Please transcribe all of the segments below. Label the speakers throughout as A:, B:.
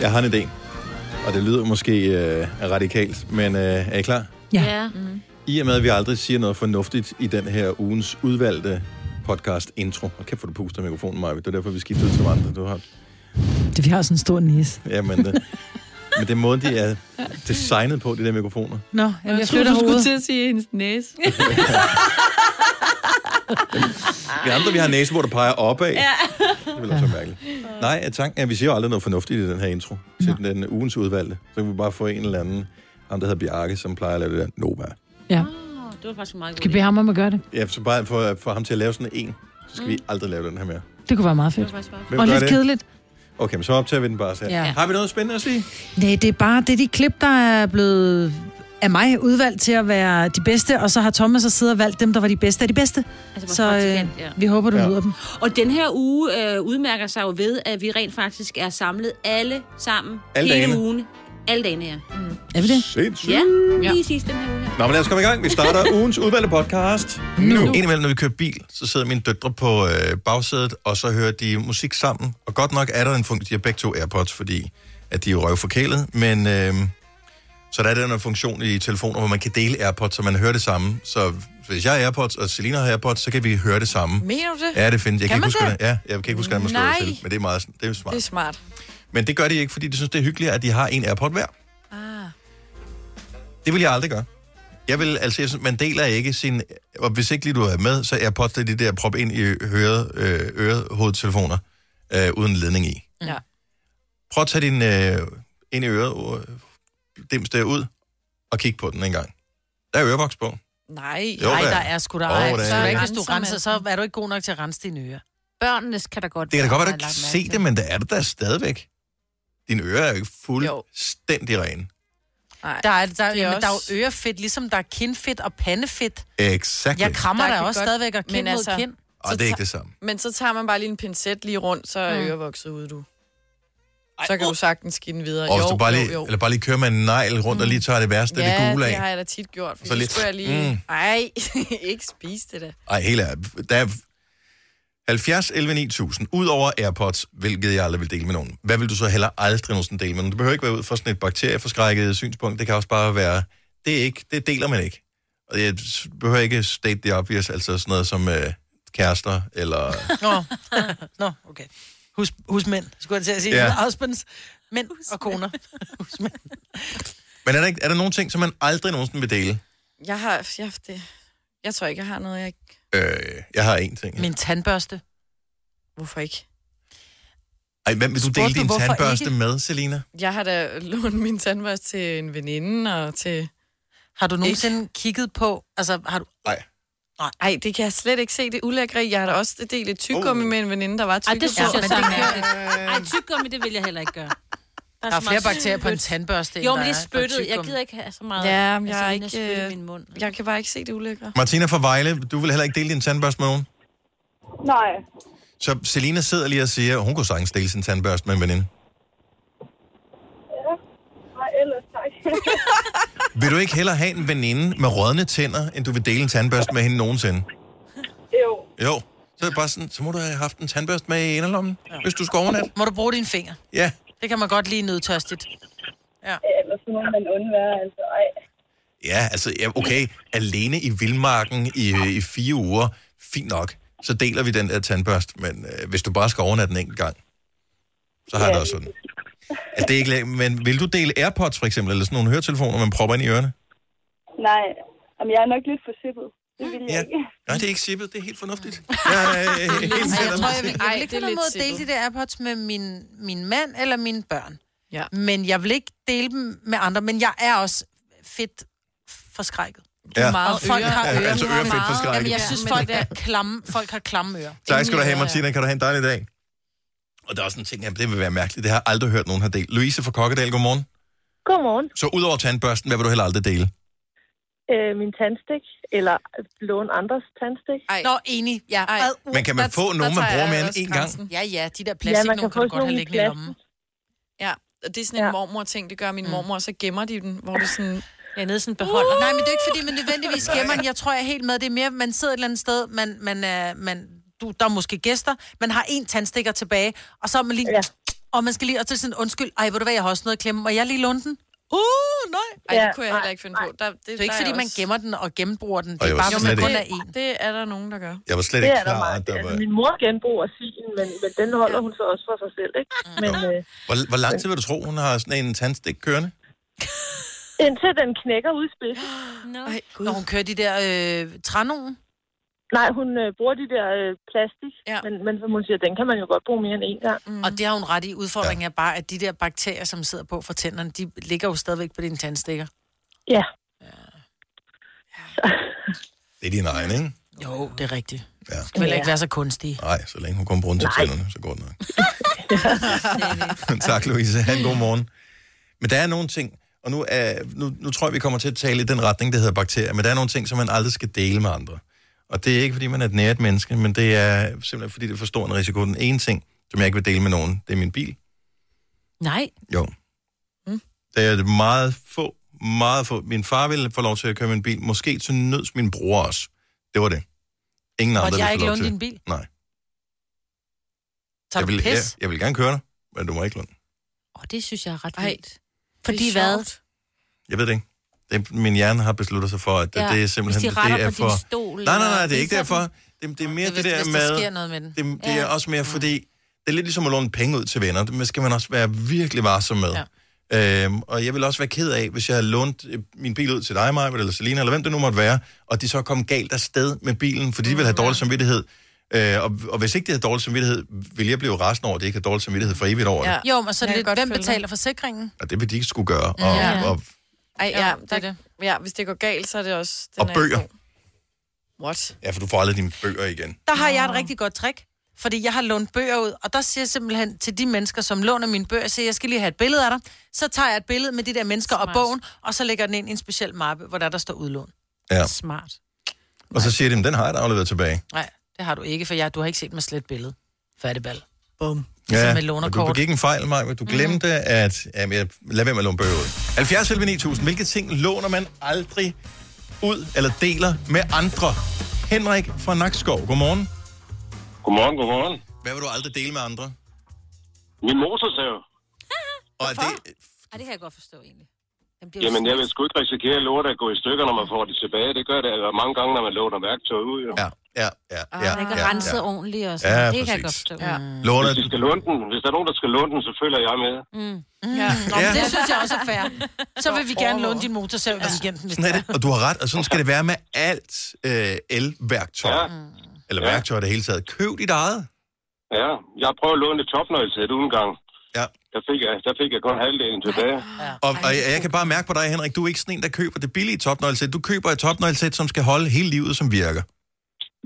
A: Jeg har en idé, og det lyder måske øh, radikalt, men øh, er I klar?
B: Ja.
C: ja. Mm.
A: I og med, at vi aldrig siger noget fornuftigt i den her ugens udvalgte podcast intro. Og kæft, hvor du puster mikrofonen, Maja. Det er derfor, vi skiftede til andre. Du har...
B: Det, vi har sådan en stor næse.
A: Jamen, øh, men det er måden, de er designet på, de der mikrofoner.
B: Nå, jamen, jeg,
C: Jeg,
B: jeg
C: troede,
B: flytter
C: du skulle
B: hovedet.
C: til at sige hendes næse.
A: Vi andre, vi har næse, hvor der peger opad. Ja. Det vil også være mærkeligt. Nej, tanken er, at vi siger jo aldrig noget fornuftigt i den her intro. Til den, den ugens udvalgte. Så kan vi bare få en eller anden, ham der hedder Bjarke, som plejer at lave det der Nova.
B: Ja.
C: Åh, det var faktisk en meget
B: Skal vi bede ham om at gøre det?
A: Ja, så bare for, for ham til at lave sådan en, så skal mm. vi aldrig lave den her mere.
B: Det kunne være meget
C: Det var
B: fedt.
C: faktisk meget
A: Hvem
B: Og
A: gør
B: lidt
A: det?
B: kedeligt.
A: Okay, men så optager vi den bare så ja.
B: Ja.
A: Har vi noget spændende at sige?
B: Nej, det er bare det er de klip, der er blevet af mig udvalgt til at være de bedste, og så har Thomas og siddet og valgt dem, der var de bedste af de bedste.
C: Altså,
B: Så
C: så,
B: øh,
C: ja.
B: vi håber, du
A: Ja.
B: nyder dem.
C: Og den her uge øh, udmærker sig jo ved, at vi rent faktisk er samlet alle sammen
A: Alle
C: hele
A: dagene.
C: ugen. Alle dagene, ja.
B: Er vi det?
A: Sindssygt.
C: Ja,
D: Ja.
C: lige sidst den her uge her.
A: Nå, men lad os komme i gang. Vi starter ugens udvalgte podcast. Nu. Indimellem, når vi kører bil, så sidder mine døtre på øh, bagsædet, og så hører de musik sammen. Og godt nok er der en funktion, de har begge to AirPods, fordi at de er jo røvforkælet, men øh, så der er den her funktion i telefoner, hvor man kan dele AirPods, så man hører det samme. Så hvis jeg har AirPods, og Selina har AirPods, så kan vi høre det samme.
D: Mener du det?
A: Ja, det findes. Jeg kan, ikke
D: Kan man
A: huske, hvordan,
D: det?
A: ja, jeg kan ikke huske, hvordan man slår
D: Nej.
A: det til, men det er meget sådan- det er smart.
D: Det er smart.
A: Men det gør de ikke, fordi de synes, det er hyggeligt, at de har en AirPod hver.
D: Ah.
A: Det vil jeg aldrig gøre. Jeg vil, altså, jeg synes, man deler ikke sin... Og hvis ikke lige du er med, så er AirPods det er de der prop ind i høret, øh, øret, hovedtelefoner øh, uden ledning i.
D: Ja.
A: Prøv at tage din øh, ind i øret, øh, dims der ud, og kig på den en gang. Der er ørevoks på.
D: Nej.
A: Jo,
E: Nej,
A: da.
E: der er sgu da
A: Åh,
E: ej.
A: der
E: Så
A: er-
E: er ikke, hvis du
D: Renser
E: renser, så
D: massen.
E: er du ikke god nok til at rense dine ører.
F: Børnenes kan da godt
A: Det kan da godt være, du
F: meget
A: ikke kan
F: lagt
A: se
F: mærke til.
A: det, men det er det der stadigvæk. Dine ører er jo ikke fuldstændig rene.
D: Nej.
E: Der er, der,
D: Det er
E: er, men der er
D: også-
E: jo ørefedt, ligesom der er kindfedt og pandefedt.
A: Exakt.
E: Jeg krammer
D: Der
E: der
D: kan
E: også
D: godt-
E: stadigvæk og
D: men
E: kind mod
D: altså-
E: kind.
A: Og det er ikke det samme.
D: Men så tager man bare lige en pincet lige rundt, så
C: Mm.
D: er ørevokset ude, du. Så kan du sagtens give den videre.
A: Og hvis du bare lige, eller bare lige kører med en negl rundt og lige tager det værste, ja, det
D: Ja,
A: gule
D: det
A: af.
D: har jeg da tit gjort, for
A: Så
D: så
A: lidt-
D: lidt. skulle jeg lige...
A: Mm.
D: Mm. Ej, ikke spise det da.
A: Ej, helt ærligt. Der er 70, 11, 9000. Udover AirPods, hvilket jeg aldrig vil dele med nogen. Hvad vil du så heller aldrig nogensinde dele med nogen? Du behøver ikke være ud fra sådan et bakterieforskrækket synspunkt. Det kan også bare være, det, er ikke, det deler man ikke. Og jeg s- behøver ikke state the obvious, altså sådan noget som øh, kærester, eller...
E: Nå, Nå okay. Hus, husmænd, skulle jeg til at sige.
A: Ja.
E: Ja. Husbands, mænd og koner. Husmænd.
A: Men er der, ikke, er der nogle ting, som man aldrig nogensinde vil dele?
D: Jeg har... Jeg, det, jeg tror ikke, jeg har noget, jeg ikke...
A: Øh, jeg har én ting.
E: Min tandbørste.
D: Hvorfor ikke?
A: Ej, hvem vil du
E: Spurgte
A: dele
E: du,
A: din
E: hvorfor
A: tandbørste
E: ikke?
A: med, Selina?
D: Jeg har da lånt min tandbørste til en veninde og til...
E: Har du nogensinde kigget på, altså har du...
A: Nej.
D: Ej, det kan jeg slet ikke se. Det er ulækre. Jeg har da også delt et tyggegummi
A: Uh.
D: oh. med en veninde, der var
C: Ej, det
D: tyggegummi.
C: synes
E: Ja,
C: jeg
E: men
C: så
E: det
C: er mærkeligt. Ej, tyggegummi, det vil jeg heller ikke gøre.
E: Der er flere bakterier på en tandbørste, end
C: Jo,
E: der
C: men det
E: på
C: er
E: et
C: spyttet. Jeg
E: tyggegummi.
C: gider ikke have så meget.
D: Ja, men jeg
C: altså,
D: er
C: inden
D: ikke,
C: spytter i
D: øh,
C: min mund.
D: Jeg kan bare ikke se det ulækre.
A: Martina fra Vejle, du vil heller ikke dele din tandbørste med nogen?
G: Nej,
A: Så Selina sidder lige og siger, at hun kunne sagtens dele sin tandbørste med en veninde.
G: nej, ellers tak.
A: Vil du ikke hellere have en veninde med rådne tænder, end du vil dele en tandbørste med hende nogensinde?
G: jo,
A: Jo. Så er det bare sådan, så må du have haft en tandbørste med i inderlommen, ja. hvis du skal overnat.
E: Må du bruge dine fingre?
A: Ja.
E: Det kan man godt lide nødtørstigt.
G: ellers må man undvære, altså, ej.
A: Ja, altså, ja, okay, alene i vildmarken i, øh, i fire uger, fint nok, så deler vi den der tandbørste, men øh, hvis du bare skal overnatte en enkelt gang, så har jeg det også sådan. Altså, det er ikke, la- men vil du dele AirPods for eksempel, eller sådan nogle høretelefoner, man propper ind i ørerne?
G: Nej, Jamen, jeg er nok lidt for sippet. Det vil jeg
A: Ja.
G: ikke.
A: Nej, det er ikke sippet, det er helt fornuftigt. Jeg er øh, helt
E: Ej, jeg tror, jeg vil, jeg
D: Ej,
E: vil ikke
D: det er
E: på nogen
D: lidt
E: måde dele de
D: sippet.
E: der AirPods med min, min mand eller mine børn.
D: Ja.
E: Men jeg vil ikke dele dem med andre, men jeg er også fedt forskrækket.
A: Ja.
E: Og folk har
A: Ja,
E: ører.
A: altså
E: Hun har
A: ørefedt
E: meget-
A: forskrækket.
E: Jamen, jeg
A: Ja,
E: synes,
D: men
E: folk, er klamme, folk har klamme ører.
A: Tak skal du have,
D: Ingen
A: Martina. Kan du have en dejlig dag? Og der er også en ting, at det vil være mærkeligt. Det har jeg aldrig hørt nogen har delt. Louise fra Kokkedal, godmorgen.
G: Godmorgen.
A: Så udover tandbørsten, hvad vil du heller aldrig dele?
G: Øh, min tandstik, eller låne andres tandstik.
D: Ej,
E: Nå, enig. Ja.
D: Ej.
E: Ad, uh.
A: Men kan man
D: der-
A: få
D: der
A: nogen, man
D: tager
A: bruger
D: jeg
A: mere end
D: også
A: én gang?
D: grænsen.
E: Ja, ja, de der plastik, ja, kan, kan du godt have liggende i lommen.
D: Ja, og det er sådan en
G: Ja.
D: mormor-ting, det gør min
E: Mm.
D: mormor, og så gemmer de den, hvor det er sådan...
C: Jeg er nede i sådan en beholder.
E: Nej, men det er ikke, fordi man nødvendigvis gemmer den. Jeg tror, jeg er helt med. Det er mere, man sidder et eller andet sted, man, man, er, man, du, der er måske gæster, man har en tandstikker tilbage, og så er man lige... Ja.
G: Ja.
E: Og man skal lige, og så er det sådan, undskyld, ej, ved du hvad, jeg har også noget at klemme, og jeg lige låne den.
D: Uh, nej. Ej,
G: Ja,
D: det kunne jeg heller ikke finde på. Der, det,
E: Det er jo ikke, fordi man gemmer den og gennembruger den. Det
A: Og
E: er
A: jeg
E: bare,
A: var
E: hvis man
A: slet
E: kun er
D: den
E: en.
D: af Det er der nogen, der gør.
A: Jeg var slet
G: Det
A: ikke
G: er der
A: klar, at
G: meget.
A: der var...
G: Altså, min mor genbruger sin, men, men den holder hun så også for sig selv, ikke?
E: Mm.
G: Men øh,
A: Hvor, hvor lang tid vil du tro, hun har sådan en tandstik kørende?
G: indtil den knækker ud i spidsen.
C: No.
D: Ej, gud.
E: Når hun kører de der øh, trænogen.
G: Nej, hun øh, bruger de der øh, plastik,
D: Ja.
G: ja. men, men som hun siger, den kan man jo godt bruge mere end én gang.
E: Mm. Og det har hun ret i. Udfordringen ja. er bare, at de der bakterier, som sidder på for tænderne, de ligger jo stadigvæk på dine tandstikker.
G: Ja,
A: Det er din egen, ikke?
E: Jo, det er rigtigt.
A: Ja.
E: Du vil ikke være så kunstige.
A: Nej, så længe hun kommer rundt til tænderne, så går det nok. tak, Louise. Ha' en god morgen. Men der er nogle ting, og nu, er, nu, nu tror jeg, vi kommer til at tale i den retning, der hedder bakterier, men der er nogle ting, som man aldrig skal dele med andre. Og det er ikke, fordi man er et nært menneske, men det er simpelthen, fordi det er for stor en risiko. Den ene ting, som jeg ikke vil dele med nogen, det er min bil.
B: Nej.
A: Jo. Mm. Det er det meget få, meget få. Min far ville få lov til at køre min bil. Måske til nøds min bror også. Det var det. Ingen andre
E: Og
A: ville
E: jeg har
A: få
E: ikke
A: lov
E: lånt
A: til.
E: din bil.
A: Nej.
E: Tager
A: jeg
E: du
A: vil, jeg,
E: pis?
A: jeg vil gerne køre dig, men du må ikke låne. den.
C: Oh, det synes jeg er ret
D: Ej,
C: vildt. Fordi hvad?
A: Jeg ved det ikke. Det, er- min hjerne har besluttet sig for, at det, det er simpelthen...
C: Hvis de retter
A: det er
C: på din stol.
A: Nej, nej, nej,
C: eller-
A: det er ikke
C: sådan-
A: derfor. Det, det er mere det,
E: hvis,
A: det der
E: hvis
A: med...
E: der sker noget med den.
A: Det, det
C: Ja.
A: er også mere fordi, det er lidt ligesom at låne penge ud til venner. Det skal man også være virkelig varsom med. Ja. Øhm, og jeg vil også være ked af, hvis jeg havde lånt øh, min bil ud til dig, Maja, eller Selina, eller hvem det nu måtte være, og de så kom galt afsted med bilen, fordi de ville have dårlig samvittighed. Øh, og, og hvis ikke de havde dårlig samvittighed, ville jeg blive resten over, at de ikke har dårlig samvittighed for evigt over ja.
D: Ja.
A: det.
E: Jo, men så er
D: Jeg
E: det
D: kan
E: lidt,
D: godt
E: hvem
D: følge dig.
E: betaler forsikringen?
A: Og det vil de ikke skulle gøre. Og, ja. og,
D: Ej,
E: Ja,
D: ja,
E: det
D: der,
E: er
D: det
E: det.
D: ja, hvis det går galt, så er det også... Den
A: Og
D: er
A: bøger.
D: god. What?
A: ja, for du får aldrig dine bøger igen.
E: Der har jeg et rigtig godt trick. Fordi jeg har lånt bøger ud, og der siger jeg simpelthen til de mennesker, som låner mine bøger, siger, jeg skal lige have et billede af dig. Så tager jeg et billede med de der mennesker Smart. og
C: Smart.
E: bogen, og så lægger den ind i en speciel mappe, hvor der, der står udlån.
A: Ja.
B: Smart.
A: Og så siger de, "Men den har jeg da afleveret tilbage.
E: Nej, det har du ikke, for jeg, du har ikke set mig slet billede. Fattebal. Bum.
A: Ja,
E: Ligesom med
A: og du
E: lånerkort.
A: begik en fejl, Maja. Du glemte, mm. at... Jamen, jeg, lad være med at låne bøger ud. 70 11 9000. Hvilke ting låner man aldrig ud eller deler med andre? Henrik fra Nakskov, godmorgen.
F: Godmorgen, godmorgen.
A: Hvad vil du aldrig dele med andre?
F: Min motorsav.
A: Og er det,
C: Ej, det kan jeg godt forstå egentlig. Den bliver
F: Jamen, jeg vil sgu ikke risikere at låne at gå i stykker, når man får det tilbage. Det gør det jo mange gange, når man låner værktøj ud. Jo.
A: ja, ja, ja, ja,
C: ja, ikke
A: ja,
C: renset
A: ja.
C: ordentligt og
A: Ja,
C: sådan. det kan jeg
A: præcis.
C: godt forstå.
D: Ja.
C: Ja.
A: Låner,
F: Hvis, de skal låne den, hvis der er nogen, der skal låne den, så følger jeg med.
D: Ja.
E: Nå, men
A: Ja.
E: det synes jeg også er fair. Så vil vi gerne låne din motorsav i weekenden, hvis det
A: sådan er
E: er.
A: det. Og du har ret, og sådan skal det være med alt øh, elværktøj.
F: Ja.
A: Ja. Eller
F: Ja.
A: værktøj i det hele taget. Køb dit eget.
F: ja. Jeg prøvede at låne et topnøglesæt uden gang.
A: Ja.
F: Der fik, jeg, der fik jeg kun halvdelen tilbage.
A: Og, og jeg, jeg kan bare mærke på dig, Henrik, du er ikke sådan en, der køber det billige topnøglesæt. Du køber et topnøglesæt, som skal holde hele livet, som virker.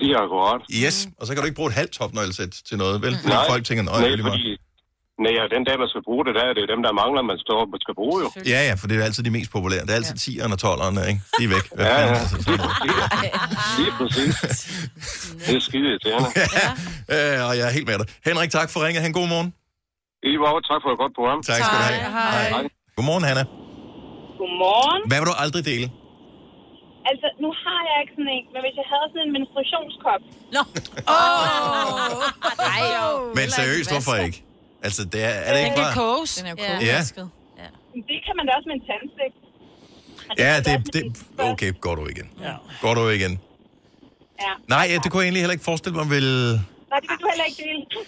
F: Lige akkurat.
A: Yes, mm. og så kan du ikke bruge et halvt topnøglesæt til noget, vel? Fordi
F: Nej.
A: folk tænker, nej,
F: Nej,
A: det er
F: fordi...
A: fordi...
F: Nej, ja, den dag, man skal bruge det, der er det jo dem, der mangler, man står man skal bruge jo.
A: Ja, ja, for det er altid de mest populære. Det er altid 10'erne og 12'erne, ikke? De er væk. Hvad
F: Ja,
A: fanden
F: ja.
A: er det så?
F: Lige præcis. Lige præcis. Det er skide irriterende.
A: Ja, Øh, og jeg er helt med dig. Henrik, tak for ringet. Han god morgen.
F: I var over. Tak for et godt program.
A: Tak skal du have. Hej.
F: Hej.
A: Godmorgen, Hanna.
H: Godmorgen.
A: Hvad vil du aldrig dele?
H: Altså, nu har jeg ikke sådan en, men hvis jeg havde sådan en menstruationskop,
C: Nej, jo.
A: Men seriøst, hvorfor ikke? Altså, det er, er det
E: Den
A: ikke
E: kan
A: bare...
E: koges.
D: Den er jo
C: Ja.
D: kogvasket.
H: det kan man da også med en tandstik. Og
A: Ja,
H: kan man da
A: det,
H: også med
A: det...
H: sin børste.
A: Okay, går du igen. Går du igen.
H: Ja.
A: Nej, ja, det kunne jeg egentlig heller ikke forestille mig, vil...
H: Nej, det kan du heller ikke dele.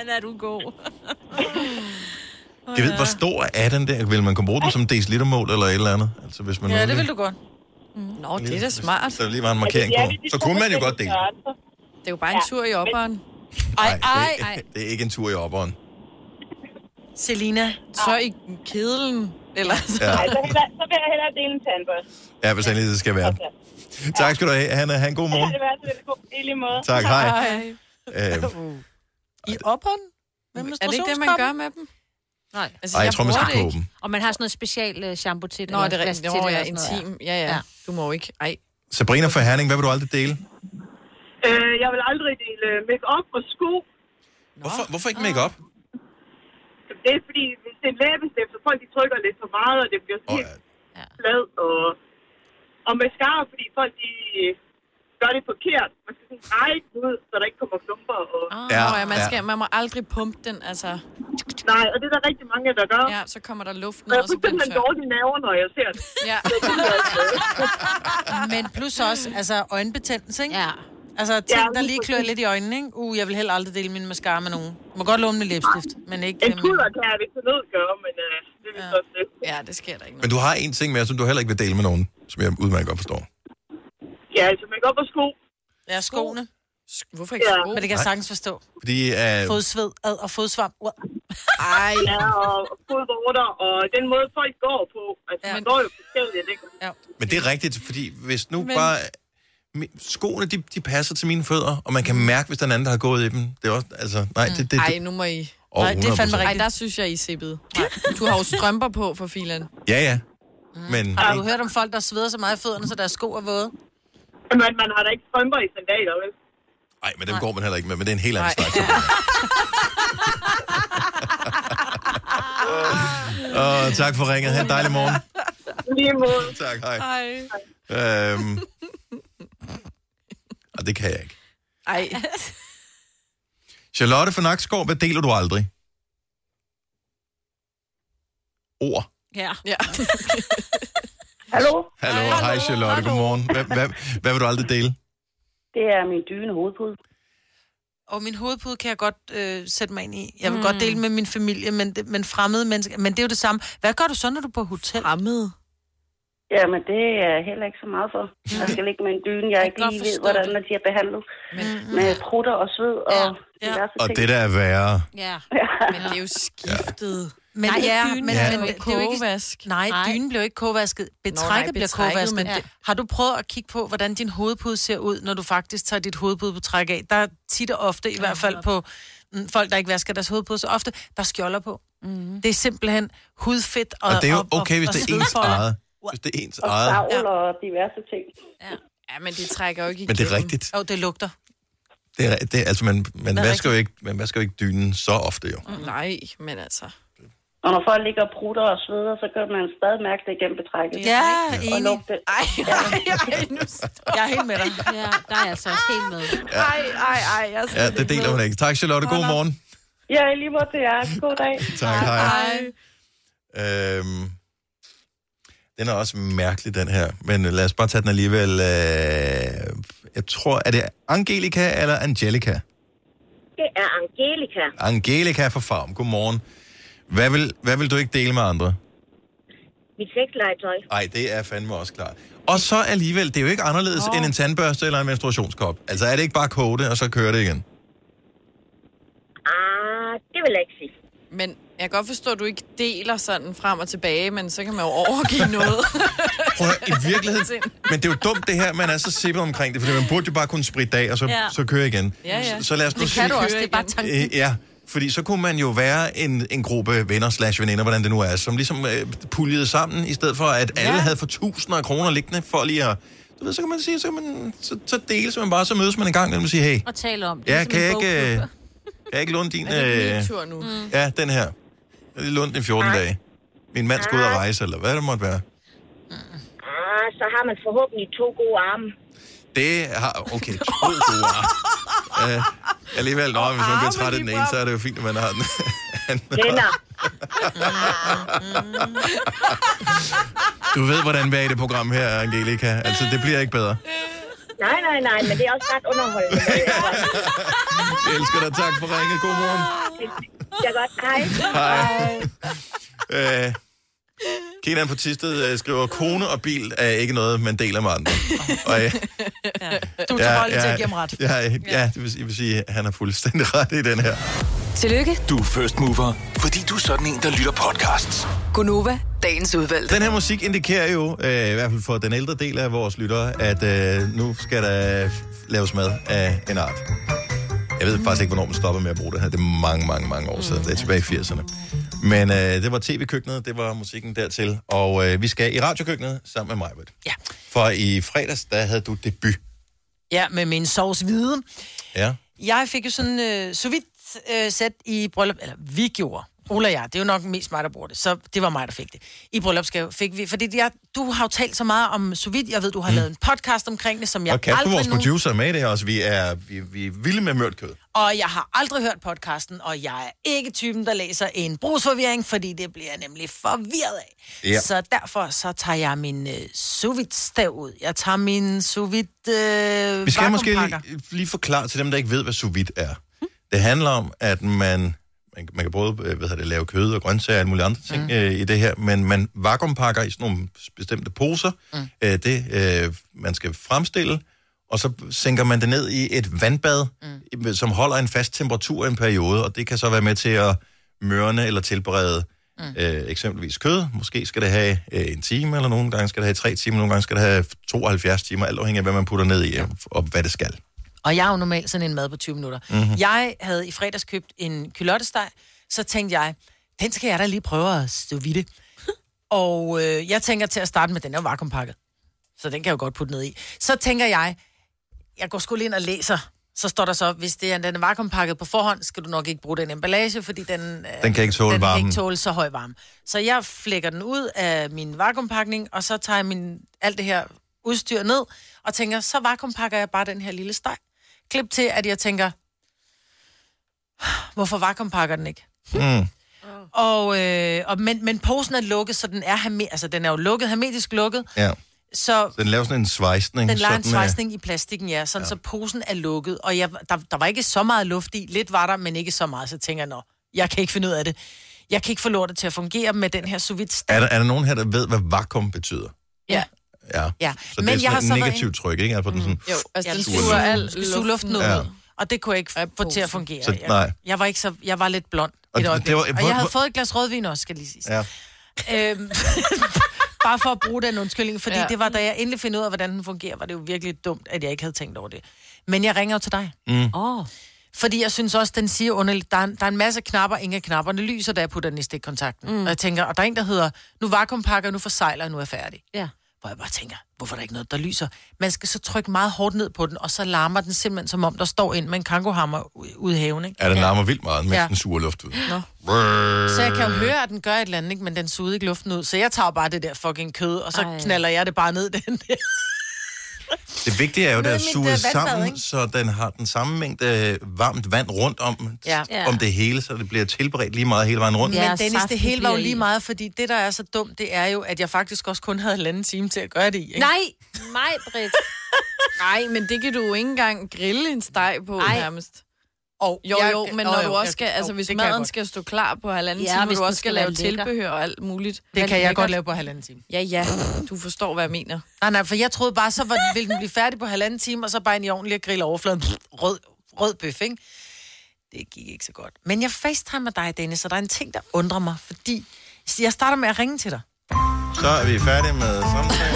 C: Anna, er du god.
A: Jeg ved, hvor stor er den der? Vil man kunne bruge den som decilitermål eller et eller andet? Altså, hvis man nu
E: Ja,
A: lige-
E: det vil du godt.
D: Nå, det er da smart.
A: Så der lige var en
H: Altså,
A: markering
H: de er
A: på.
H: lidt i
A: Så kunne man jo godt dele.
H: størrelser.
D: Det er jo bare en
H: Ja.
D: tur i opperen.
E: Ej,
A: Nej,
E: ej,
A: det, er- det er ikke en tur i opperen.
E: Selina.
D: Så i kedlen. Eller så.
A: Ja,
H: Nej, Altså, så, hellere, så vil jeg hellere dele en tandbørste.
A: ja hvis endelig det skal være.
H: Ja.
A: Tak skal du have, Hanna. Ha' en god
H: Ja,
A: morgen.
H: det var altså lidt god. I lige måde.
A: Tak, hej.
D: Ej.
A: Øhm,
E: I opperen? Med
D: Er det ikke det, man gør med dem?
C: Nej.
D: Altså,
A: Ej, jeg tror, man skal
D: bruger det
A: kåbe
D: ikke.
A: dem.
C: Og man har sådan noget special øh, shampoo til det.
D: Nå,
C: eller
D: det er rigtigt.
C: vask
D: Nå,
C: det,
D: ja,
C: eller sådan noget,
D: intim. Ja, ja.
C: Ja.
D: Du må jo ikke. Ej.
A: Sabrina fra Herning, hvad vil du aldrig dele?
G: Øh, jeg vil aldrig dele make-up og sko.
A: Hvorfor, hvorfor ikke make-up?
G: Det er fordi, hvis det er læbestift, så folk de trykker lidt for meget, og det bliver
A: Og,
G: helt flad. Og, og mascara, fordi folk de øh,
H: gør det forkert. Man skal sådan dreje den ud, så der ikke kommer klumper. Og...
G: Ah.
D: Oh,
A: Ja,
D: ja, man,
A: ja.
D: skal, man må aldrig pumpe den, altså.
H: Nej, og det er der rigtig mange, der gør. Ja.
D: Ja, så kommer der luften
H: Og jeg
D: også
H: får
D: i den
H: simpelthen
D: tør.
H: dårlige naver, når jeg ser det.
D: Ja.
E: Men plus også, altså øjenbetændelse, ikke?
C: Ja.
E: Altså ting,
H: Ja,
E: der
H: lige
E: lige klør lidt i øjnene, ikke? Uh, jeg vil heller aldrig dele min mascara med nogen. Må godt låne min læbestift, men ikke...
H: En
E: øhm,
H: pudder kan jeg vist nødt gøre, men øh, det er vist
D: Ja.
H: også det.
D: ja, det sker der ikke
A: Men
D: noget.
A: du har en ting med, som du heller ikke vil dele med nogen, som jeg udmærket godt forstår.
H: Ja, altså man går på sko.
E: Ja, skoene.
D: Sk- Hvorfor ikke
H: Ja.
D: sko?
E: Men det kan jeg sagtens forstå.
A: Fordi øh,
E: Fodsved ad og fodsvamp. Ud.
D: Ej,
H: Ja, og og fodvorter, og den måde folk går på. Altså
D: Ja.
H: man går jo forskelligt, ikke?
A: Men det er rigtigt, fordi hvis nu Men... bare... mi- Skoene, de, de passer til mine fødder, og man kan mærke, hvis der er en anden, der har gået i dem. Det er også, altså, nej, det, det, det,
D: Ej, nu må I...
A: Åh,
E: Mm. nej, det er fandme
A: 100%.
D: Ej, der synes jeg, I er sippet. Nej, Du har jo strømper på for filen.
A: Ja, ja. Men
E: Mm. Har du hørt om folk, der sveder så meget i fødderne, så deres sko er våde?
H: Men man har da ikke strømper i sandaler, vel?
A: nej, men dem går man heller ikke med, men det er en helt anden
D: Nej.
A: snak. Åh, tak for ringet. Ha' en dejlig morgen.
H: Lige måde.
A: Tak, hej.
D: Ej.
A: Øhm. Og det kan jeg ikke.
D: Ej.
A: Charlotte fra Nakskov, hvad deler du aldrig? Ord.
C: Ja.
D: Ja.
I: Hallo?
A: Hallo,
D: Hej.
A: hej, hej Charlotte,
D: Hallo.
A: godmorgen. Hvad, hvad, hvad vil du aldrig dele?
I: Det er min dyne hovedpude.
E: Og min hovedpude kan jeg godt øh, sætte mig ind i. Jeg vil mm. godt dele med min familie, men, det, men fremmede mennesker. Men det er jo det samme. Hvad gør du så, når du er på hotel?
D: Fremmed.
I: Jamen, det er jeg heller ikke så meget for. Jeg skal ligge med en dyne. Jeg
D: Jeg
I: ikke
D: kan godt
I: lige ved,
D: forstå
I: hvordan
D: det.
I: man bliver behandlet.
D: Men,
I: Med prutter og sved og
E: Ja, ja.
I: diverse
A: Og
I: ting.
A: det, der er værre,
C: Ja.
D: men det er jo skiftet.
E: Men,
C: Nej,
E: ja,
C: dynen
E: men,
A: er jo
E: men det er jo ikke...
D: Kogevask.
E: Nej,
C: Nej.
E: dynen bliver jo ikke kogvasket. Betrækket Nå, nej, bliver
D: betrækket,
E: kogvasket. Men
D: men
E: det...
D: det-
E: Har du prøvet at kigge på, hvordan din hovedpude ser ud, når du faktisk tager dit hovedpude på træk af? Der er tit og ofte, i hvert fald på mm, folk, der ikke vasker deres hovedpude så ofte, der er skjolder på. Mm. Det er simpelthen hudfedt og
A: og det er jo
E: og-
A: okay, hvis
E: og
A: det er ens
E: svedfolder.
A: eget. Hvis det er ens
I: Og
A: eget.
I: savl og diverse ting.
D: Ja, men de trækker jo ikke
A: Men det er
D: igennem.
A: rigtigt.
E: Jo, det lugter.
A: Det er, det, er- altså, man, man,
E: er
A: vasker jo ikke, man vasker jo ikke dynen så ofte, jo.
D: Nej, men altså.
I: Og når folk ligger og prutter og sveder, så kan man stadig mærke det igennem betrækket.
E: Ja,
I: Og
E: enig.
I: lugte.
D: Ej, ej, ej, nu stop.
E: Jeg er helt med dig.
C: ja, der er jeg altså også helt med.
D: Ej, ej, ej. Jeg
A: Ja, det deler man ikke. Tak, Charlotte. God morgen.
G: Ja, i lige måde til jer. God dag.
A: Tak, hej.
D: Ej.
A: Øhm, den er også mærkelig, den her. Men lad os bare tage den alligevel. Øh, jeg tror, er det Angelica eller Angelica?
H: Det er Angelica.
A: Angelica fra Farm. Godmorgen. Hvad vil, hvad vil du ikke dele med andre?
H: Mit sexlegetøj.
A: Nej, det er fandme også klart. Og så alligevel, det er jo ikke anderledes oh. end en tandbørste eller en menstruationskop. Altså er det ikke bare kode det, og så kører det igen?
H: Ah, det vil jeg ikke sige.
D: Men jeg kan godt forstå, at du ikke deler sådan frem og tilbage, men så kan man jo overgive noget.
A: Prøv at høre, i virkeligheden. Men det er jo dumt det her, man er så sippet omkring det, fordi man burde jo bare kunne spritte af, og så, ja.
C: Ja.
A: så køre igen.
D: Ja, ja.
A: Så, så lad os nu
D: Det
A: sige-
D: kan du også, det er bare tanken.
A: Øh, ja, fordi så kunne man jo være en, en gruppe venner slash veninder, hvordan det nu er, som ligesom øh, puljede sammen, i stedet for at alle
D: Ja.
A: havde for tusinder af kroner liggende for lige at... Du ved, så kan man sige, så, kan man, så, så deles man bare, så mødes man en gang, og man siger, hey,
C: Og tale om det.
A: ja,
C: Ligesom
A: kan
C: en
A: jeg, ikke, øh,
C: bogklub.
A: kan jeg ikke låne din...
D: Er det ikke
A: øh,
D: min tur nu? Mm.
A: Ja, den her. Jeg har lånt den i 14 dage. Min mand skulle ud og rejse, eller hvad det måtte være.
H: Ah, så har man forhåbentlig to gode arme.
A: Det har... Okay, to gode arme. Øh, alligevel, nå, hvis man bliver træt af den ene, så er det jo fint, at man har den anden.
H: Venner.
A: Du ved, hvordan vi er i det program her, Angelica. Altså, det bliver ikke bedre.
H: Nej, nej, nej, men det er også ret underholdende.
A: Jeg elsker dig. Tak for ringet. God morgen.
H: Jeg godt. Hej.
A: Hej. Øh, Kenan fra Tisted øh, skriver, kone og bil er ikke noget, man deler med andre. Og, øh,
E: Du er tilbøjelig til at give ham ret.
A: Ja, ja, ja det vil, jeg vil sige, at han har fuldstændig ret i den her.
J: Tillykke,
K: Du er first mover, fordi du er sådan en, der lytter podcasts.
J: Gunova, dagens udvalgte.
A: Den her musik indikerer jo, øh, i hvert fald for den ældre del af vores lyttere, at øh, nu skal der laves mad af en art. Jeg ved faktisk ikke, hvornår man stopper med at bruge det her. Det er mange, mange, mange år siden. Det er tilbage i 80'erne. Men øh, det var tv-køkkenet, det var musikken dertil. Og øh, vi skal i radiokøkkenet sammen med Majbert.
E: Ja.
A: For i fredags, der havde du debut.
E: Ja, med min sovs viden.
A: Ja.
E: Jeg fik jo sådan øh, sous vide øh, sæt i bryllup, eller vi gjorde. Ola og jeg, det er jo nok mest mig, der bruger det, så det var mig, der fik det. I bryllupsgave fik vi, fordi jeg, du har jo talt så meget om sous vide. jeg ved, du har
A: Mm.
E: lavet en podcast omkring det, som jeg
A: og Kasper, vores
E: nogen-
A: producer, er med i det her også. Vi er, vi, vi er vilde med mørt kød.
E: Og jeg har aldrig hørt podcasten, og jeg er ikke typen, der læser en brugsforvirring, fordi det bliver jeg nemlig forvirret af.
A: Ja.
E: Så derfor så tager jeg min øh, sous vide stav ud. Jeg tager min sous vide øh,
A: Vi skal måske
E: vakuumpakker.
A: lige, Øh, lige forklare til dem, der ikke ved, hvad sous vide er. Det handler om, at man, man, man kan både øh, hvad hedder det, lave kød og grøntsager og alle mulige andre ting mm. øh, i det her, men man vakuumpakker i sådan nogle bestemte poser mm. øh, det, øh, man skal fremstille, og så sænker man det ned i et vandbad, mm. som holder en fast temperatur i en periode, og det kan så være med til at mørne eller tilberede mm. øh, eksempelvis kød. Måske skal det have øh, en time, eller nogle gange skal det have tre timer, nogle gange skal det have 72 timer, alt afhængig af, hvad man putter ned i, og, og hvad det skal.
E: Og jeg er jo normalt sådan en mad på 20 minutter.
A: Mhm.
E: Mm-hmm. Jeg havde i fredags købt en kylottesteg, så tænkte jeg, den skal jeg da lige prøve at stå vidde. og øh, jeg tænker til at starte med, den er jo vakuumpakket. Så den kan jeg jo godt putte ned i. Så tænker jeg, jeg går sgu lige ind og læser. Så står der så, hvis det er, den er vakuumpakket på forhånd, skal du nok ikke bruge den emballage, fordi den, øh,
A: Den kan ikke tåle
E: den Kan
A: varmen.
E: ikke tåle så høj varme. Så jeg flækker den ud af min vakuumpakning, og så tager jeg min, alt det her udstyr ned, og tænker, så vakuumpakker jeg bare den her lille steg. Klip til, at jeg tænker, hvorfor vakuumpakker den ikke?
A: Mm.
E: Og, øh, og men, men posen er lukket, så den er, herme, altså, den er jo lukket, hermetisk lukket,
A: Ja.
E: så
A: Så den laver sådan en svejsning.
E: den lager en
A: sådan, øh,
E: svejsning i plastikken, ja, sådan ja. så posen er lukket. Og jeg, der, der var ikke så meget luft i. Lidt var der, men ikke så meget. Så tænker jeg, nå, jeg kan ikke finde ud af det. Jeg kan ikke få lortet til at fungere med den her sous vide
A: Er der, er der nogen her, der ved, hvad vakuum betyder?
E: Ja.
A: Ja.
E: Ja,
A: Så det
E: men
A: er
E: jeg har
A: sådan
E: så
A: et
E: været Mm.
A: negativt tryk, ikke? Altså, den sådan,
D: Jo, altså den
A: suger
D: suger
A: luften.
D: al
E: suge luften ud.
A: Ja.
E: Ja. Og det kunne jeg ikke få til at fungere.
A: Så-
E: Jeg-
A: nej.
E: Jeg var, ikke så, jeg var lidt blond
A: Og
E: et
A: det-
E: øjeblik.
A: det var-
E: og
A: hvor-
E: jeg havde
A: hvor-
E: fået et glas rødvin også, skal jeg lige sige.
A: ja.
E: Øhm, bare for at bruge den undskyldning, fordi ja.
D: Ja.
E: det var, da jeg endelig finder ud af, hvordan den fungerer, var det jo virkelig dumt, at jeg ikke havde tænkt over det. Men jeg ringer jo til dig.
A: Mm.
E: Oh. Fordi jeg synes også, den siger underligt, der er, en- der er en masse knapper, ingen af knapperne lyser, da jeg putter den i stikkontakten. Mm. Og jeg tænker, og der er en, der hedder, nu vakuumpakker, nu forsejler, jeg, nu er jeg færdig.
C: Ja.
E: Hvor jeg bare tænker, hvorfor er der ikke noget, der lyser? Man skal så trykke meget hårdt ned på den, og så larmer den simpelthen, som om der står ind med en kangohammer u- ude i haven, ikke?
A: ja, den larmer vildt meget, mens
E: Ja.
A: ja. den suger luft ud.
E: Nå. Så jeg kan jo høre, at den gør et eller andet, ikke? men den suger ikke luften ud. Så jeg tager bare det der fucking kød, og så Ej. knaller jeg det bare ned den der.
A: Det vigtige er jo, at det
E: Nede
A: er
E: i mit,
A: suget
E: øh, vandbad,
A: sammen,
E: ikke?
A: så den har den samme mængde øh, varmt vand rundt om,
E: Ja.
A: ja. om det hele, så det bliver tilberedt lige meget hele vejen rundt.
E: Men Dennis, det
C: saften
E: hele var jo
C: bliver i.
E: lige meget, fordi det, der er så dumt, det er jo, at jeg faktisk også kun havde halvanden time til at gøre det i. Ikke?
C: Nej, mig, Britt.
D: Nej, men det kan du jo ikke engang grille en steg på
C: Ej.
D: Ej. nærmest.
E: Og
D: Jo,
E: jeg-
D: jo, men
E: Nå,
D: når
E: jo,
D: du også
E: jeg-
D: skal, altså
E: jo,
D: hvis
E: det kan jeg
D: maden
E: godt.
D: skal stå klar på halvanden
C: Ja,
D: ja, time, og
C: hvis
D: du
C: den
D: også skal
C: skal
D: lave
C: være lækker.
D: tilbehør og alt muligt.
E: Det kan jeg
D: Lækkert.
E: godt lave på halvanden time.
D: Ja, ja, du forstår, hvad jeg mener.
E: Nej, nej, for jeg troede bare, så var den, ville den blive færdig på halvanden time, og så bare ind i ovnen lige at grille overfladen. Pff, Rød, rød bøf, ikke? Det gik ikke så godt. Men jeg facetimer dig, Dennis, og der er en ting, der undrer mig, fordi jeg starter med at ringe til dig.
A: Så er vi færdige med samtalen.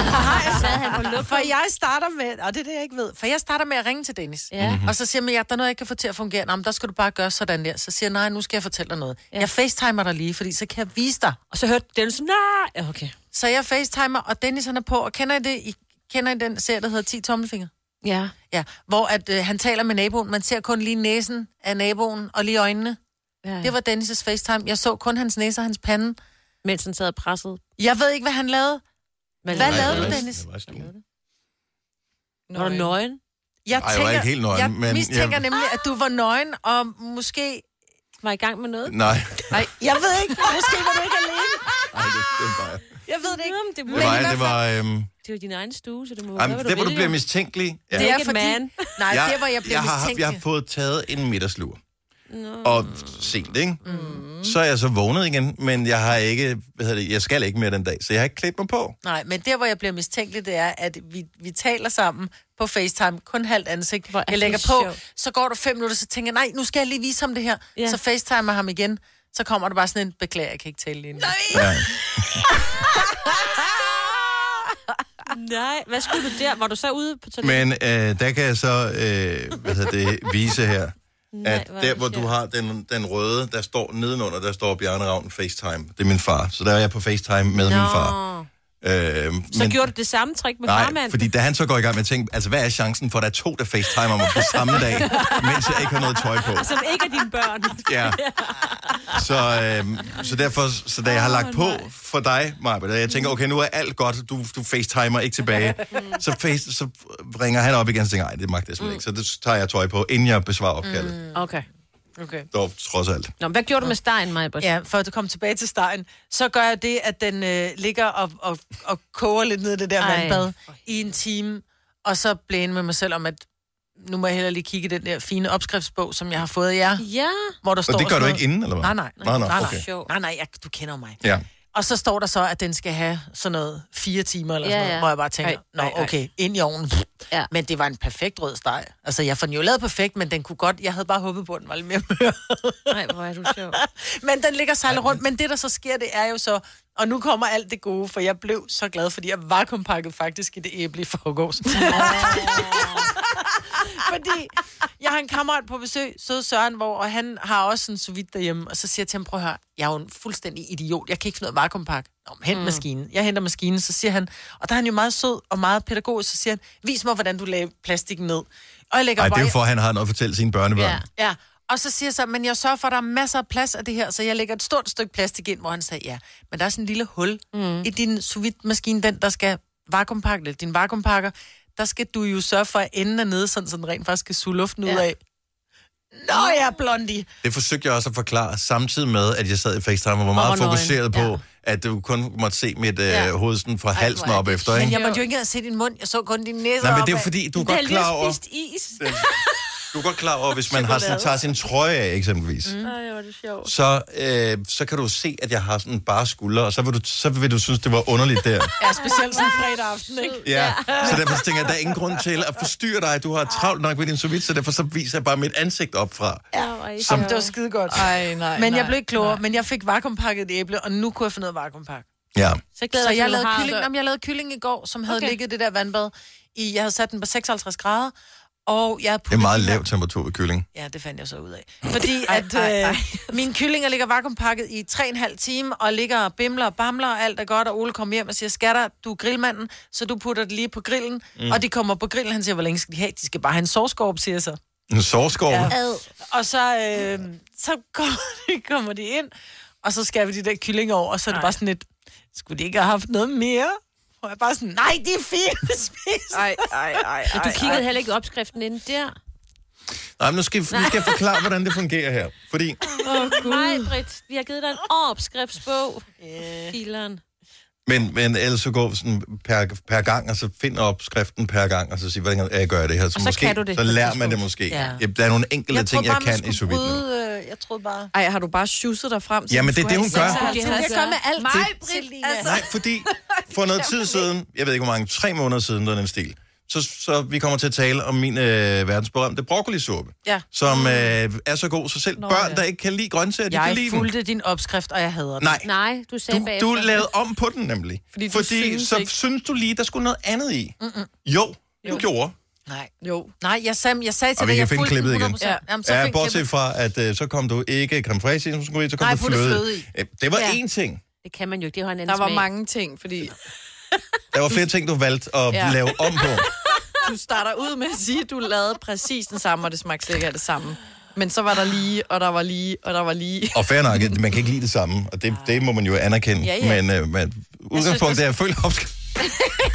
C: Sad han på luft.
E: For jeg starter med, og det er det, jeg ikke ved, for jeg starter med at ringe til Dennis.
C: Ja.
E: Og så siger man, ja, Mhm. der er noget, jeg ikke kan få til at fungere. Nå, men der skal du bare gøre sådan der. Så siger jeg, nej, nu skal jeg fortælle dig noget. Ja. Jeg facetimer dig lige, fordi så kan jeg vise dig.
C: Og så hørte Dennis, nej, Ja, okay.
E: Så jeg facetimer, og Dennis han er på, og kender I det? I kender I den serie, der hedder 10 tommelfinger?
C: Ja.
E: Ja, hvor at, øh, han taler med naboen. Man ser kun lige næsen af naboen og lige øjnene.
C: ja, ja.
E: Det var Dennis' facetime. Jeg så kun hans næse og hans pande.
C: mens han sad og pressede.
E: Jeg ved ikke, hvad han lavede.
C: Hvad,
E: Hvad
A: Nej,
E: lavede
A: det
E: du,
A: var-
E: Dennis?
A: det var i stuen.
C: Var du nøgen?
E: Jeg,
A: Ej, jeg var ikke helt nøgen,
E: jeg
A: men-
E: mistænker
A: jamen.
E: nemlig, at du var nøgen, og måske...
C: Var i gang med noget?
A: Nej,
E: Nej, jeg ved ikke. Måske var du ikke alene.
A: Ej, det, det var jeg.
E: Jeg ved det ikke.
C: Jamen, det, må,
A: Det var, jeg, det var, øhm,
C: det var din egen stue, så det må
A: ej,
C: være,
A: men
C: hvad
A: det, hvor du
C: vælger.
A: bliver mistænkelig. Ja.
E: Det er
C: Naked
E: fordi...
C: man.
E: Nej, det var, jeg blev
A: jeg har,
E: mistænkelig.
A: jeg har fået taget en middagslur. Og sent, ikke? Mm. Så er jeg så vågnet igen, men jeg har ikke, hvad hedder det, jeg skal ikke mere den dag, så jeg har ikke klædt mig på.
E: Nej, men der, hvor jeg bliver mistænkelig, det er, at vi, vi taler sammen på FaceTime, kun halvt ansigt.
C: Hvor er
E: jeg
C: det
E: lægger på,
C: sjovt.
E: så går der fem minutter, så tænker jeg, nej, nu skal jeg lige vise ham det her.
C: Ja.
E: Ja. Så FaceTimer ham igen, så kommer der bare sådan en, beklager, jeg kan ikke tale lige nu.
A: Ja.
C: Nej, hvad skulle du der? Var du så ude på toilettet?
A: Men øh, der kan jeg så, øh, hvad hedder det, vise her, at
C: hvor er
A: der,
C: det
A: hvor du
C: sjovt.
A: har den, den røde, der står nedenunder, der står Bjarne Ravn FaceTime. Det er min far, så der er jeg på FaceTime med min far. Øh,
C: Så men... gjorde du det samme trick med
A: Nej,
C: farmand?
A: fordi da han så går i gang med at tænke, altså hvad er chancen for, at der er to, der facetimer mig på samme dag, mens jeg ikke har noget tøj på?
C: Og som ikke er dine børn.
A: Ja. Så, øh, så derfor, så da jeg har lagt på for dig, Maja, da jeg tænker, okay, nu er alt godt, du, du facetimer ikke tilbage,
E: Mm.
A: så, face, så ringer han op igen og tænker, nej, det magter jeg simpelthen ikke,
E: Mm.
A: så det tager jeg tøj på, inden jeg besvarer opkaldet. Mm.
E: Okay. Okay.
A: Dog, trods alt.
E: Nå, hvad gjorde du med stegen, Maja?
A: Altså-
E: Ja, for at komme tilbage til stegen, så gør jeg det, at den øh, ligger og, og, og koger lidt ned i det der
L: Ej,
E: Ej. vandbad i en time, og så blev med mig selv om, at nu må jeg hellere lige kigge i den der fine opskriftsbog, som jeg har fået af jer.
C: Ja.
E: Hvor der
A: Og
E: står
A: det gør
E: sådan
A: du
E: noget-
A: ikke inden, eller hvad?
E: Nej, nej.
A: Nej, nej,
E: nej,
A: okay.
E: nej, nej, nej jeg, du kender mig.
A: Ja.
E: Og så står der så, at den skal have sådan noget fire timer eller
L: Ja,
E: ja, sådan noget,
L: ja.
E: ja. hvor jeg bare tænker,
L: Ej,
E: nå
L: ej, ej."
E: okay, ind i ovnen. Ja. Men det var en perfekt rød steg. Altså, jeg får den jo lavet perfekt, men den kunne godt, jeg havde bare håbet på, at den var lidt mere mør.
C: Nej, hvor er du sjov.
E: men den ligger sejlet rundt, men det der så sker, det er jo så, og nu kommer alt det gode, for jeg blev så glad, fordi jeg var kompakket faktisk i det æble i forgårs. Fordi jeg har en kammerat på besøg, søde Søren, hvor, og han har også en sous vide derhjemme, og så siger jeg til ham, prøv at høre, jeg er jo en fuldstændig idiot, jeg kan ikke finde ud af vakuumpakke. Nå, men hent
L: Mm.
E: mm. maskinen. Jeg henter maskinen, så siger han, og der er han jo meget sød og meget pædagogisk, så siger han, vis mig, hvordan du lagde plastikken ned. Og jeg lægger
A: Ej,
E: bare...
A: det er jo for, at han har noget at fortælle sine børnebørn. Ja.
E: Ja, ja. Og så siger jeg så, men jeg sørger for, at der er masser af plads af det her, så jeg lægger et stort stykke plastik ind, hvor han sagde, ja, men der er sådan en lille hul mm. i din sous vide maskine, den der skal vakuumpakke, eller din vakuumpakker, der skal du jo sørge for, at enden er nede, sådan, så den rent faktisk skal suge luften ja. ud af. Nå ja, blondie!
A: Det forsøgte jeg også at forklare, samtidig med, at jeg sad i FaceTime og var meget
E: var nøgen.
A: fokuseret på, ja. at du kun måtte se mit øh,
E: Ja.
A: hoved sådan fra halsen op efter, ikke?
E: Men jeg måtte jo ikke engang se din mund, jeg så kun din næse
A: Nej, men det er
E: opad.
A: jo fordi, du er godt klar over-
E: is.
A: Du er godt klar over, hvis man har sådan,
E: Chokolade.
A: tager sin trøje af, eksempelvis, mm.
E: Nej, var det sjovt.
A: så, øh, så kan du se, at jeg har sådan bare skuldre, og så vil du, så vil du synes, det var underligt der.
E: Ja, specielt sådan fredag aften, ikke?
A: Ja. Så derfor tænker jeg, at der er ingen grund til at forstyrre dig. Du har travlt nok med din sous vide, så derfor så viser jeg bare mit ansigt op fra.
E: Ja,
A: Som-
E: Som... det var skide godt.
D: Ej, nej,
E: men jeg
D: nej,
E: blev ikke klogere, men jeg fik vakuumpakket et æble, og nu kunne jeg finde noget vakuumpakke.
A: Ja.
E: Så,
D: glæder
E: så
D: jeg mig til,
E: jeg,
D: du
E: lavede
D: har-
E: kylling, jamen, jeg lavede kylling i går, som havde
D: Okay.
E: okay. ligget i det der vandbad. I, jeg havde sat den på 56 grader, og jeg havde
A: Det er meget lav temperatur ved kylling.
E: Ja, det fandt jeg så ud af. Fordi
D: Ej,
E: at
D: ej, ej.
E: øh, mine kyllinger ligger vakuumpakket i 3,5 timer, og ligger og bimler og bamler, og alt er godt, og Ole kommer hjem og siger, skatter, du er grillmanden, så du putter det lige på grillen,
A: Mm.
E: mm. og de kommer på grillen, han siger, hvor længe skal de have? De skal bare have en sovskorp, siger jeg så.
A: En sovskov. Ja.
E: Og så, øh, så kommer, de, kommer de ind, og så skærer vi de der kyllinger over, og så er det bare sådan lidt, skulle de ikke have haft noget mere? Og jeg er bare sådan, nej, det er fint spist.
D: Ej, ej, ej,
C: Men du kiggede heller ikke i opskriften inden der.
A: Nej, men nu skal, nu skal jeg forklare, hvordan det fungerer her. Fordi
C: Åh, oh, Nej, Britt, vi har givet dig en opskriftsbog. Yeah. Fileren.
A: Men, men ellers så gå sådan per, per gang, og så find opskriften per gang, og så sige, hvordan jeg gør jeg det her. Så,
C: Og så
A: måske,
C: kan du det
A: Så
C: på et
A: lærer
C: tidspunkt.
A: man det måske.
D: Ja.
A: Ja. Der er nogle enkelte
D: Jeg
A: ting,
D: tror
A: jeg
D: bare, man
A: kan i sous vide. nu.
E: Øh, jeg troede bare... Altså,
D: Ej, har du bare schusset dig frem?
A: Jamen, det er det, hun gør.
D: Det
E: Det gør med alt.
D: Mig,
E: Til-
D: Britt,
E: altså.
A: Nej, fordi for noget tid siden, jeg ved ikke hvor mange, tre måneder siden, der er den stil, så, så vi kommer til at tale om min øh, verdensberømte broccolisuppe,
E: Ja.
A: som øh, er så god, så selv Nå, børn, ja. der ikke kan lide grøntsager, de
E: Jeg
A: kan lide den.
E: fulgte din opskrift, og jeg hader den.
A: Nej.
C: Nej, du
A: Du, du lavede om på den nemlig. Fordi,
E: du synes
A: så
E: ikke-
A: synes du lige, der skulle noget andet i.
E: Mm-mm.
A: Jo, du
E: Jo.
A: gjorde.
E: Nej. Jo. Nej, jeg sagde, jeg sagde til
A: Og vi
E: dig,
A: kan
E: jeg
A: finde
E: fulgte den
A: klippet igen.
E: 100%. Ja, jamen, så
A: ja,
E: fik
A: bortset
E: klippet.
A: fra, at øh, så kom du ikke creme fraiche, i, som du skulle i, så kom
E: Nej,
A: du
E: puttede
A: fløde.
E: fløde i.
A: Øh, Det var
E: Ja.
A: én ting.
C: Det kan man jo ikke, det har en anden
D: Der var
C: smag.
D: mange ting, fordi
A: Der var flere ting, du valgte at ja.
D: Ja.
A: lave om på.
D: du starter ud med at sige, at du lavede præcis den samme, og det smagte slet ikke af det samme. Men så var der lige, og der var lige, og der var lige.
A: Og fair nok, at man kan ikke lide det samme, og det, det må man jo anerkende.
D: Ja, ja.
A: Men, øh, men udgangspunktet er, at jeg føler opskrift.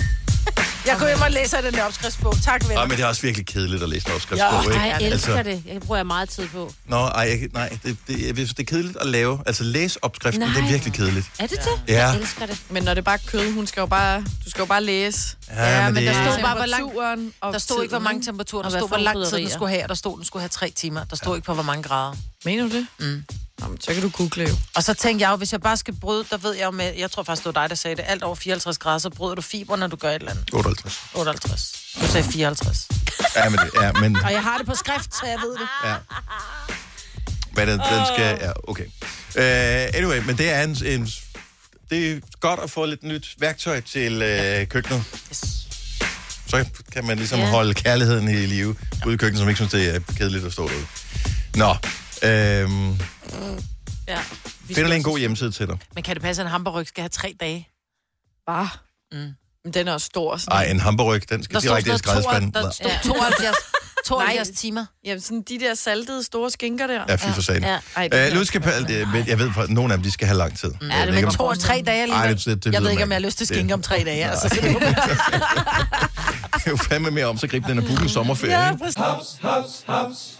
E: Jeg går hjem og læser den der opskriftsbog. Tak, venner.
A: Ej, men det er også virkelig kedeligt at læse en opskrift
E: Ja.
A: på, ikke? Altså,
C: Ej, jeg elsker det. Jeg bruger jeg meget tid på.
A: Nå, ej, jeg, nej, det, det, det, det er kedeligt at lave. Altså, læse opskriften, nej. det er
C: Nej.
A: virkelig kedeligt.
C: Er det det?
A: Ja. Jeg
C: elsker det.
D: Men når det er bare kød, hun skal jo bare, du skal jo bare læse.
A: Ja, Ja, men men det-
E: Der stod bare, hvor
D: Temperaturen
E: lang,
D: og
E: der stod ikke, hvor
D: tiden,
E: mange
D: ikke?
E: temperaturer, der
D: Og hvad
E: stod,
D: for
E: hvor
D: nogle
E: lang tid den
D: krydderier.
E: skulle have, og der stod, den skulle have tre timer. Der stod ikke på, hvor mange grader.
D: Mener du det?
E: Mm.
D: Jamen, så kan du google jo.
E: Og så tænkte jeg jo, hvis jeg bare skal bryde, der ved jeg jo med, jeg tror faktisk, det var dig, der sagde det, alt over 54 grader, så bryder du fiber, når du gør et eller andet.
A: 58.
E: 58. Du sagde 54.
A: Ja, men, det- ja, men
E: Og jeg har det på skrift, så jeg ved det.
A: Ja. Hvad den, den skal... Ja, okay. Uh, anyway, men det er en, en... Det er godt at få lidt nyt værktøj til uh, køkkenet. Så kan man ligesom
M: Ja.
A: yeah. holde kærligheden i live ude i køkkenet, som ikke synes, det er kedeligt at stå derude. Nå, øhm,
E: Ja.
A: finder lige en god hjemmeside til dig.
E: Men kan det passe, at en hamburg skal have tre dage? Bare.
D: Mm. Men den er også stor. Sådan.
A: Ej, en hamburg, den skal
D: Der står
A: direkte i
D: sådan noget
A: skrædespanden.
D: toer- der
A: Nej.
D: står-
E: 72, 72
D: Nej.
E: timer.
D: Jamen, sådan de der saltede store skinker der.
A: Ja, fy for sagen. Ja,
D: Ej, det
A: ja.
D: er
A: Øh, nu skal pa- det, men jeg ved, at nogle af dem, de skal have lang tid.
E: Mm. Ja, det er to og tre dage alligevel.
A: Ej, det- det- det
E: jeg ved
A: lyder
E: ikke, om jeg har
A: mærkeligt.
E: lyst til
A: Det-
E: skinke om tre dage. Altså, så
A: Det er jo fandme mere om, så gribe den af booken sommerferie. Ja,
L: Haps, haps, haps.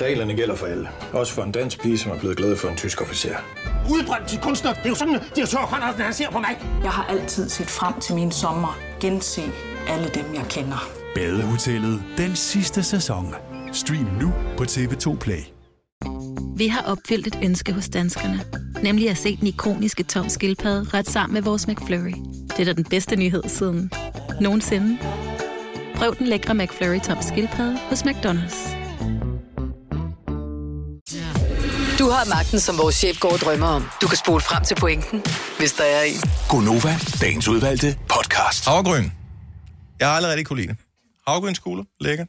N: Reglerne gælder for alle. Også for en dansk pige, som er blevet glad for en tysk officer.
O: Udbrøndt til kunstner. Det er jo sådan, at de har Conradsen, han ser på mig. Jeg har altid set frem til min sommer. Gense alle dem, jeg kender.
P: Badehotellet den sidste sæson. Stream nu på TV2 Play.
Q: Vi har opfyldt et ønske hos danskerne. Nemlig at se den ikoniske tom skildpadde ret sammen med vores McFlurry. Det er da den bedste nyhed siden nogensinde. Prøv den lækre McFlurry tom skildpadde hos McDonald's.
J: Du har magten, som vores chef går og drømmer om. Du kan spole frem til pointen, hvis der er en.
K: Gonova, dagens udvalgte podcast.
A: Havregryn. Jeg har aldrig rigtig kunne lide det. Havregrynskugler, lækker.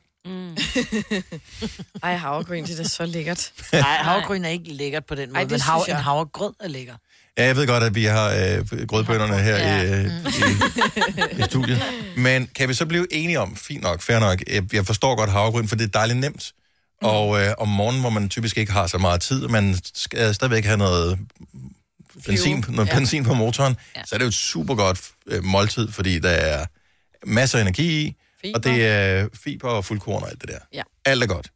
D: Ej, havregryn, det er da så lækkert.
E: Nej, havregryn er ikke lækkert på den måde.
D: Ej,
E: Ej,
D: det
E: men
D: synes
E: hav, en
D: jeg.
E: havregrød er lækker.
A: Ja, jeg ved godt, at vi har øh, grødbønderne her ja. Mm. i, øh, i studiet. Men kan vi så blive enige om, fint nok, fair nok, jeg, jeg forstår godt havregryn, for det er dejligt nemt. Og øh, om morgenen, hvor man typisk ikke har så meget tid, man skal øh, stadigvæk have noget benzin, noget
R: Ja.
A: ja. benzin på motoren, ja. så er det jo et super godt øh, måltid, fordi der er masser af energi i, fiber. og det er fiber og fuldkorn og alt det der.
D: Ja.
A: Alt er godt.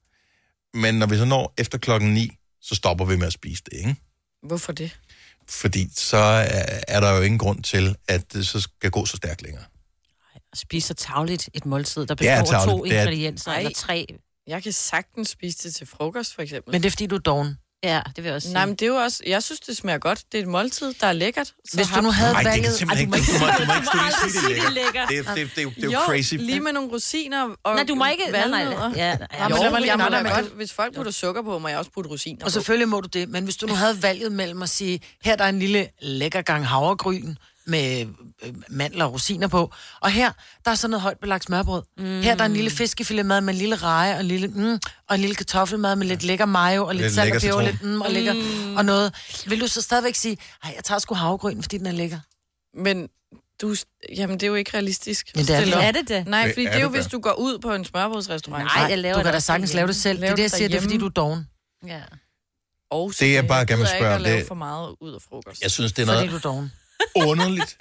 A: Men når vi så når efter klokken 9, så stopper vi med at spise det, ikke?
D: Hvorfor det?
A: Fordi så er- er der jo ingen grund til, at det så skal gå så stærkt længere.
R: Spiser tavligt et måltid, der
A: Det er
R: består af to
A: tarveligt. Det er-
R: ingredienser, eller tre.
D: Jeg kan sagtens spise det til frokost, for eksempel.
E: Men det er, fordi du er doven.
R: Ja, det vil jeg også sige.
D: Nej, men det er jo også... Jeg synes, det smager godt. Det er et måltid, der er lækkert. Så
E: Hvis du
D: har-
E: nu havde Ej, det kan valget-
A: simpelthen
D: Ej, du
A: ikke-
D: må
A: du må- du må
D: du
A: ikke
D: må
A: stå og
D: aldrig
A: sige, det er lækkert. Det er- det er- det er jo- det er jo crazy.
D: lige med nogle rosiner og
E: Nej, du må ikke-
D: valnødder.
E: nej, nej, ja, ja.
D: Nå, men
E: Jo,
D: jo, jeg
E: men- nej,
D: må da
E: men-
D: godt. Hvis folk putter sukker på, må jeg også putte rosiner
E: Og selvfølgelig må du det, men hvis du nu havde valget mellem at sige, her der er en lille lækker gang havregryn med øh, mandler og rosiner på, og her der er sådan noget højt belagt smørbrød. Mm. Her der er en lille fiskefiletmad med en lille reje og en lille, mm, og en lille kartoffelmad med lidt lækker mayo og lidt,
A: Lidt
E: lidt salt
A: lækker
E: og peber og
A: citron.
E: lidt mm, og, lækker, og noget. Vil du så stadigvæk sige, nej, jeg tager sgu havregryn, fordi den er lækker?
D: Men du, jamen, det er jo ikke realistisk.
E: Men det er
D: Stille
E: det.
D: op.
E: Er det det?
D: Nej,
E: Det
D: fordi det,
E: er
D: er jo,
E: det da.
D: hvis du går ud på en smørbrødsrestaurant.
E: Nej, jeg laver du det kan da også sagtens derhjemme. lave det selv. Det er
D: Lav
E: det, jeg siger, det er, fordi
D: derhjemme.
E: du er doven.
R: Ja.
D: Og
A: Det, jeg bare gerne vil
D: gider ikke
A: spørge
D: at
A: om,
D: lave
A: det-
D: for meget ud af frokost.
A: Jeg synes, det er
E: Fordi
A: noget
E: du er doven.
A: underligt,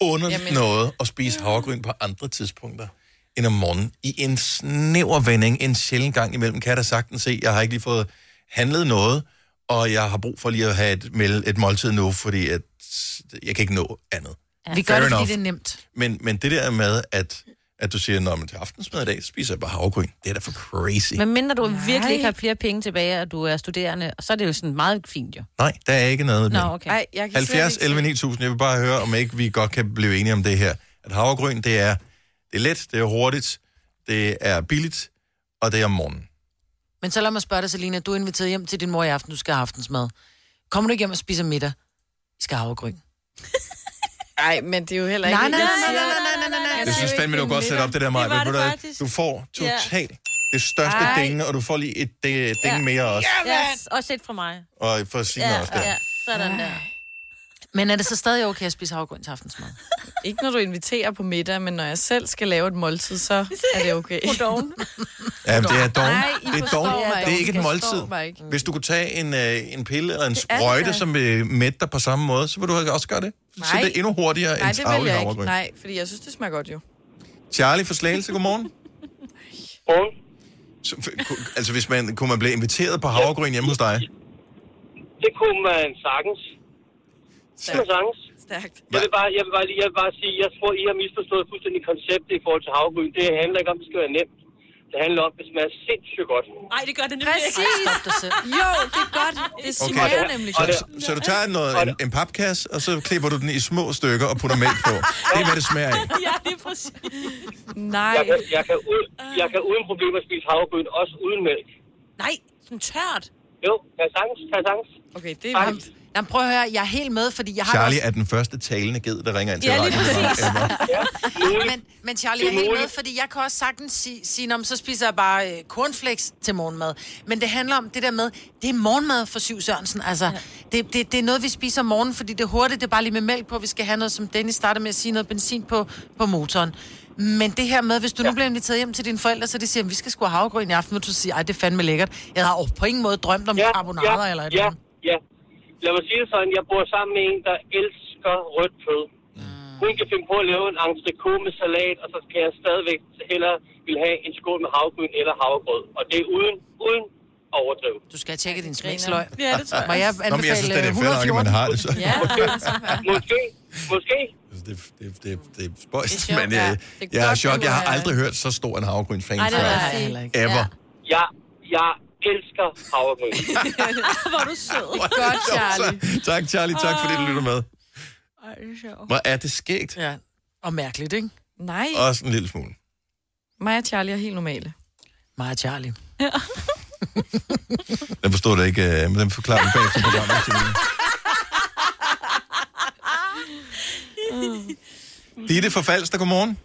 A: underligt
D: Jamen.
A: noget at spise havregryn på andre tidspunkter end om morgenen. I en snæver vending, en sjældent gang imellem, kan jeg da sagtens se, jeg har ikke lige fået handlet noget, og jeg har brug for lige at have et, mel- et måltid nu, fordi at jeg kan ikke nå andet.
E: Vi gør
A: Fair
E: det, fordi
A: enough.
E: det er nemt.
A: Men, men det der med, at, at du siger, at til aftensmad i dag spiser jeg bare havregryn, det er da for crazy.
R: Men mindre du Nej. virkelig ikke
D: Nej.
R: har flere penge tilbage, og du er studerende, så er det jo sådan meget fint jo.
A: Nej, der er ikke noget.
R: Nå,
A: med.
R: okay. Ej, jeg
A: 70, 11, 9000. Jeg vil bare høre, om ikke vi godt kan blive enige om det her. At havregryn, det er, det er let, det er hurtigt, det er billigt, og det er om morgenen.
E: Men så lad mig spørge dig, Selina, du er inviteret hjem til din mor i aften, du skal have aftensmad. Kommer du ikke hjem og spiser middag? I skal have havregryn.
D: Nej, men det er jo heller ikke...
E: Nej, nej, nej,
D: Jeg siger-
E: nej, nej,
A: Jeg synes fandme, du har godt sætte op det der, Maja.
D: var det
A: Ved du hvad?
D: faktisk.
A: Du får
R: Ja.
A: totalt det største
R: Ej.
A: ding, og du får lige et øh, ding
R: Ja.
A: mere også.
R: Yes, også et fra mig.
A: Og for Signe
R: Ja,
A: også der.
R: ja, sådan der.
E: Men er det så stadig okay at spise havregryn til aftensmad?
D: Ikke når du inviterer på middag, men når jeg selv skal lave et måltid, så er det okay.
A: Ja, men det er dog.
D: Nej, I
A: Det er
D: forstår
A: dog.
D: mig
A: Det er
D: ikke.
A: ikke et
D: I forstår
A: måltid.
D: mig ikke.
A: Hvis du kunne tage en, øh, en pille eller en
D: er det
A: sprøjte,
D: da.
A: som vil mætte dig på samme måde, så vil du også gøre det. Så
D: Nej.
A: det er endnu hurtigere
D: Nej,
A: end
D: det vil
A: tavlig
D: jeg ikke.
A: havregryn.
D: Nej, fordi jeg synes, det smager godt jo.
A: Charlie fra Slagelse, godmorgen. Så, f- ku- altså, hvis man, kunne man blive inviteret på havregryn hjemme hos dig?
S: Det kunne man sagtens. Det kunne man sagtens.
D: Stærkt.
S: Jeg vil, bare, jeg, vil bare, lige- jeg vil bare sige, jeg tror, I har misforstået fuldstændig konceptet i forhold til havgryn. Det handler ikke om, at det skal være nemt. Det handler om, at det smager sindssygt godt.
R: Nej, det gør det
D: nemlig Præcis. ikke. Stop dig selv. Jo, det er godt. Det smager okay. nemlig
A: Og
D: godt.
A: så, så du tager noget, en, en papkasse, og så klipper du den i små stykker og putter mælk på. Det er, hvad det smager af.
D: ja, det er præcis. Nej.
S: Jeg kan, jeg, kan ud, jeg kan uden problemer spise havgryn, også uden mælk.
R: Nej, sådan tørt.
S: Jo, kan sagtens, kan sagtens.
E: Okay, det er vildt. Jamen, prøv at høre, jeg er helt med, fordi jeg har det
A: Charlie er den første talende ged, der ringer ind til
E: Ja, lige
A: radioen.
E: præcis.
S: men,
E: men Charlie, jeg er helt med, fordi jeg kan også sagtens sige, sige om så spiser jeg bare øh, cornflakes til morgenmad. Men det handler om det der med, det er morgenmad for Syv Sørensen. Altså, ja. det, det, det, er noget, vi spiser om morgenen, fordi det er hurtigt, det er bare lige med mælk på, vi skal have noget, som Dennis startede med at sige, noget benzin på, på motoren. Men det her med, hvis du ja. nu bliver inviteret hjem til dine forældre, så de siger, at vi skal sgu have havregryn i aften, og du siger, ej, det er fandme lækkert. Jeg har oh, på ingen måde drømt om ja, carbonader
S: ja,
E: eller et
S: ja,
E: eller andet.
S: ja. Lad mig sige det sådan, jeg bor sammen med en, der elsker rødt kød.
E: Mm.
S: Hun kan finde på at lave en entrecote med salat, og så kan jeg stadigvæk hellere vil have en skål med havgryn eller havregrød. Og det er uden, uden overdriv.
E: Du skal have tjekket din smagsløg.
S: Ja, det tror jeg.
E: Må jeg
S: Nå,
E: anbefale
S: men jeg synes, det er
A: fedt nok, at man har det, så. Ja,
S: Måske, måske.
A: Altså, Det, det, det er spøjst,
S: Det er sjovt,
A: men
S: ja.
A: øh,
S: Det er
A: jeg er
S: godt,
A: chok.
S: du
A: Jeg har
S: er-
A: aldrig hørt så stor en havregryn-fan
S: Ej, det
A: før.
S: er jeg heller ikke.
A: Ever.
S: Jeg, jeg elsker havregryn.
E: Hvor er du sød.
S: Godt, Charlie.
A: Tak, Charlie. Tak, fordi du lytter med.
E: Ej, det er sjovt.
A: Hvor er det skægt?
E: Ja. Og mærkeligt, ikke?
D: Nej,
A: Også en lille smule.
D: mig og Charlie er helt normale.
E: Mig og Charlie.
A: Den forstod du ikke, øh, men den forklarer vi bagefter på programmet. Selina. Ditte fra Falster, godmorgen.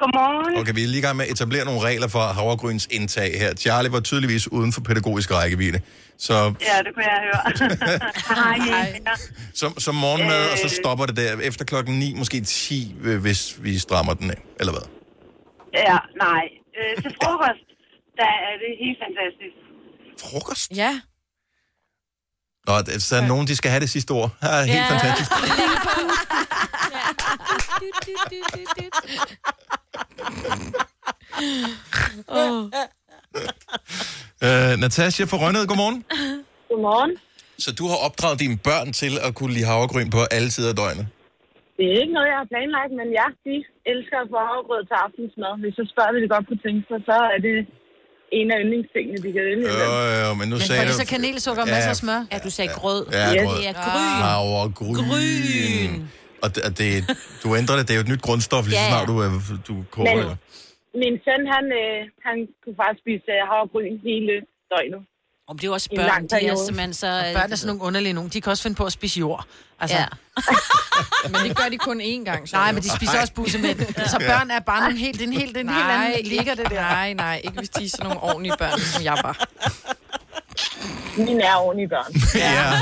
H: Godmorgen.
A: Okay, vi er lige i gang med at etablere nogle regler for havregryns indtag her. Charlie var tydeligvis uden for pædagogisk rækkevidde. Så
H: Ja, det kunne jeg høre. Hej. Øh.
A: som, som morgenmad, og så stopper det der efter klokken 9, måske 10, øh, hvis vi strammer den af, eller hvad?
H: Ja, nej. Øh, til frokost, der er det helt fantastisk.
A: Frokost?
D: Ja.
A: Nå, det- så er nogen, de skal have det sidste ord. Ja, helt
H: Ja.
A: fantastisk.
H: oh.
A: Øh, Natasha fra Rønnede, godmorgen.
H: Godmorgen.
A: Så du har opdraget dine børn til at kunne lide havregryn på alle tider af døgnet?
H: Det er ikke noget, jeg har planlagt, men ja, de elsker at få havregrød til aftensmad. Hvis jeg spørger, hvad de godt kunne tænke sig, så er det en af yndlingstingene, de kan vælge. imellem.
A: Øh, øh, men nu
H: Men
A: sagde
H: får de
A: du...
H: så
E: kanelsukker
H: og masser af smør?
R: Ja, du sagde grød.
A: Ja,
R: det
A: grød.
R: er gryn.
A: Havregryn. Gryn. Og det, og det, du ændrer det, det er jo et nyt grundstof, lige så
H: Ja, ja.
A: snart du, er- du koger
H: Men-
A: det.
H: Min søn, han, øh, han kunne faktisk spise øh, havregryn hele døgnet.
R: Om det er også
H: I en
R: børn,
H: lang
R: de er
H: periode.
R: simpelthen så...
E: Og børn er sådan nogle underlige nogen. De kan også finde på at spise jord. Altså.
R: Ja.
D: Men det gør de kun én gang. Så
E: Nej, men de spiser også bussemænd. Så børn er bare nogle helt, en helt, en helt
D: Nej,
E: anden ligger det der.
D: Nej, nej, ikke hvis de er sådan nogle ordentlige børn, som jeg var.
H: Mine er ordentlige børn.
A: Ja.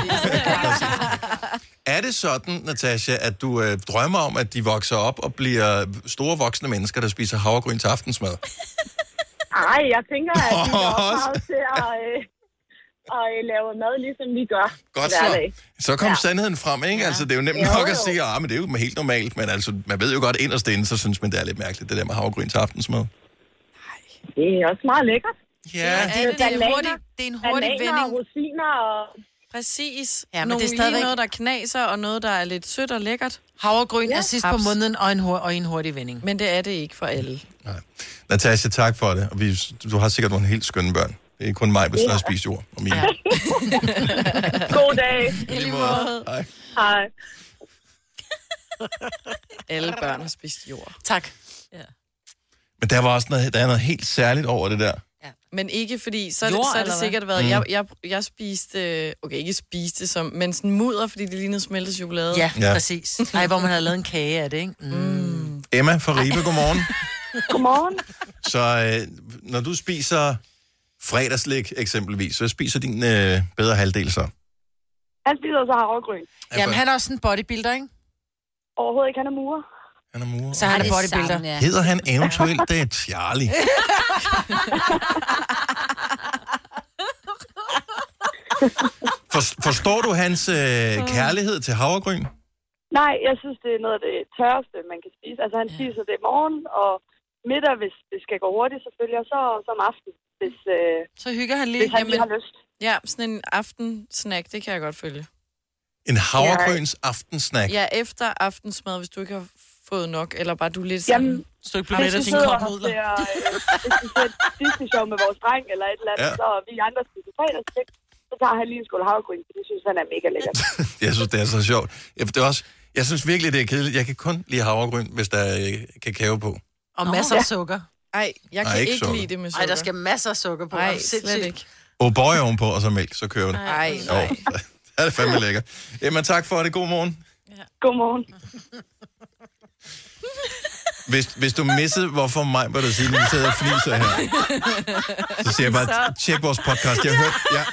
A: Er det sådan, Natasha, at du øh, drømmer om, at de vokser op og bliver store voksne mennesker, der spiser havregryn til aftensmad?
H: Ej, jeg tænker, at de er
A: Åh,
H: opdraget til at, øh, at øh, lave mad, ligesom vi gør
A: Godt
H: hver
A: så.
H: dag.
A: Så kom ja. sandheden frem, ikke? Altså, det er jo nemt
H: Jo,
A: nok at
H: jo.
A: sige, ah, men det er jo helt normalt, men altså, man ved jo godt inderst inde, så synes man, det er lidt mærkeligt, det der med havregryn til aftensmad.
H: Det er også meget lækkert.
A: Ja,
D: det er- det er en hurtig- det er en hurtig
H: bananer
D: vending.
H: og rosiner og...
D: Præcis.
E: Ja, men
D: Nogle,
E: det er stadigvæk-
D: lige noget, der knaser, og noget, der er lidt sødt og lækkert.
E: Havregryn
D: Ja.
E: er sidst på
D: Haps.
E: måneden og en, hur- og en hurtig vending.
D: Men det er det ikke for alle.
A: Natasha, tak for det. Og vi, du har sikkert nogle helt skønne børn. Det er kun mig, hvis der har spist jord. Og mine.
H: God dag.
A: I lige måde. Hej.
H: Hej.
D: Alle børn har spist jord.
E: Tak.
A: Men der var også noget, der er noget helt særligt over det der.
D: Men ikke fordi, så,
E: Jord,
D: jord, så er det
E: eller hvad?
D: sikkert været,
A: Mm.
D: mm. jeg, jeg, jeg spiste, øh, okay, ikke spiste, som, men sådan mudder, fordi det lignede smeltet chokolade.
E: Ja, ja, præcis. Ej, hvor man havde lavet en kage af det, ikke? Mm.
A: Emma fra Ribe, godmorgen.
H: Godmorgen.
A: Så øh, når du spiser fredagslik eksempelvis, så spiser din øh, bedre halvdel så.
H: Han spiser så havregryn.
E: Jamen, han er også en bodybuilder, ikke?
H: Overhovedet ikke, han er murer.
A: Han er mor.
E: Så han er
H: Ej, det er
E: bodybuilder.
H: sammen, ja.
A: Hedder han eventuelt det er Charlie? For, forstår du hans øh, kærlighed til havregryn?
H: Nej, jeg synes, det er noget af det tørreste, man kan spise. Altså, han spiser det i morgen og middag, hvis det skal gå hurtigt selvfølgelig, og så, så om aftenen, hvis, øh,
D: Så hygger han lige.
H: hvis han lige har lyst.
D: Ja, sådan en aftensnack, det kan jeg godt følge.
A: En havregryns aftensnack.
D: Ja, efter aftensmad, hvis du ikke har fået nok, eller bare du er lidt sådan... Jamen,
E: så ikke
H: Hvis vi sidder og ser, øh, hvis vi ser Disney-show med vores dreng eller et eller andet,
A: Ja.
H: ja. så og vi andre spiser fredagslæg, så tager han lige en skål havregryn, for det synes han er mega lækkert.
A: Jeg synes, det er så sjovt. Jeg, det er også, jeg synes virkelig, det er kedeligt. Jeg kan kun lide havregryn, hvis der er øh, kakao på.
E: Og
D: Nå.
E: masser af
D: Ja.
E: sukker.
D: Ej, jeg
A: Nej,
D: kan
A: ikke
D: ikke,
A: sukker.
D: lide det med
E: Ej,
D: sukker.
E: der skal masser af sukker på.
D: Nej,
E: Sindssygt.
D: slet ikke.
A: O'boy ovenpå, og så mælk, så kører det.
D: Ej,
A: Jo, det er det fandme lækkert. Jamen tak for det. God morgen.
H: Godmorgen.
A: Hvis, hvis du missede, hvorfor mig var det sige, at sidder og fliser her, så siger jeg bare, tjek vores podcast. Jeg hørte, jeg,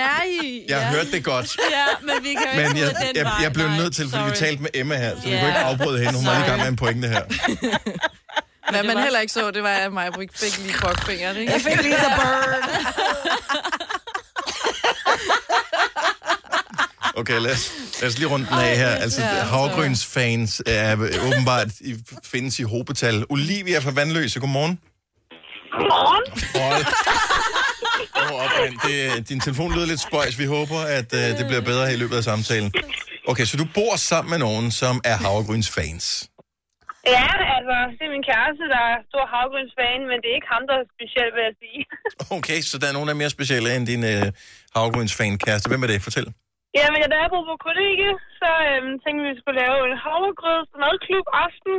D: Nej.
A: jeg hørte det godt.
D: Ja, men vi kan jo
A: Men
D: ikke
A: jeg,
D: gå den
A: jeg,
D: vej.
A: jeg blev
D: Nej,
A: nødt til, fordi vi
D: sorry.
A: talte med Emma her, så vi
D: Ja.
A: kunne ikke afbryde hende. Hun var lige i gang med en pointe her.
D: Hvad man heller ikke så, det var, at mig fik lige kokfingeren, ikke?
E: Jeg fik lige the
D: burn.
A: Okay, lad os, lad os lige runde den af her. Altså, havgrynsfans er åbenbart i, findes i hobetal. Olivia fra Vandløse, godmorgen.
H: Godmorgen.
A: Hold. Hold op, mand. det, din telefon lyder lidt spøjs. Vi håber, at uh, det bliver bedre her i løbet af samtalen. Okay, så du bor sammen med nogen, som er havregrynsfans.
H: Ja, altså, det er min kæreste, der er stor havgrønsfan, men det er ikke ham, der er speciel, vil jeg sige.
A: Okay, så der er nogen, der er mere specielle end din uh, havregrynsfan-kæreste. Hvem er det? Fortæl.
H: Ja, men da jeg boede på kollegie, så øhm, tænkte vi, at vi skulle lave en havregrøds madklub aften.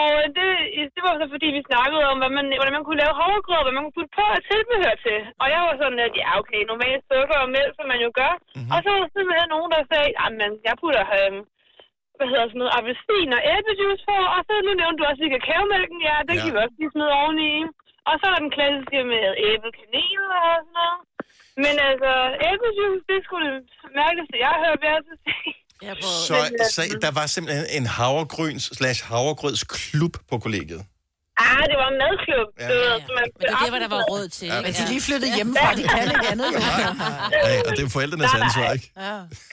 H: Og øh, det, det var så fordi, vi snakkede om, hvad man, hvordan man kunne lave havregrød, hvad man kunne putte på og tilbehør til. Og jeg var sådan, at ja, okay, normalt sukker og mælk, som man jo gør. Mm-hmm. Og så var der simpelthen nogen, der sagde, jamen, jeg putter, øhm, hvad hedder sådan noget, appelsin og æblejuice på, og så nu nævnte du også lige kakaomælken, ja, den
A: Ja.
H: ja. kan vi også lige smide oveni. Og så er der den klassiske med æble, kanel og sådan noget. Men altså, æblejuice, det skulle det mærkeligste, jeg har hørt, vil jeg altså sige.
A: Så, så der var simpelthen en havregryns slash havregrødsklub på kollegiet.
H: Ah, det var en madklub.
A: Ja.
H: Du ved, så man
R: Men det er der, hvor der var råd til.
A: Ja.
R: ikke?
A: Men de
R: Ja.
A: er lige
E: flyttet hjemmefra, de kan ikke andet, jo.
A: Ja, og det er forældrenes
H: Nej, nej.
A: ansvar, ikke?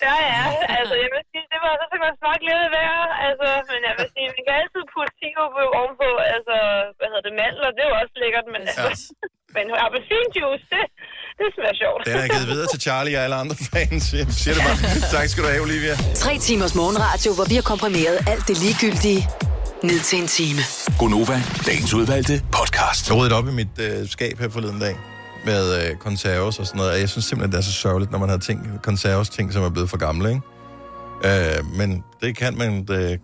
H: Ja, ja. Altså, jeg vil sige, det var så kan man smage lidt af hver. Altså, men jeg vil sige, man kan altid putte tigo på ovenpå, altså, hvad hedder det, mandler, det er jo også lækkert, men altså, men appelsinjuice, det, det smager sjovt.
A: Den er givet videre til Charlie og alle andre fans. Jeg siger det bare. Tak skal du have, Olivia.
J: Tre timers morgenradio, hvor vi har komprimeret alt det ligegyldige ned til en time.
A: Gonova, dagens udvalgte podcast. Jeg rydde op i mit øh, skab her forleden dag med øh, konserves og sådan noget. og Jeg synes simpelthen, det er så sørgeligt, når man har ting, konserves ting, som er blevet for gamle, ikke? Øh, men det kan man øh,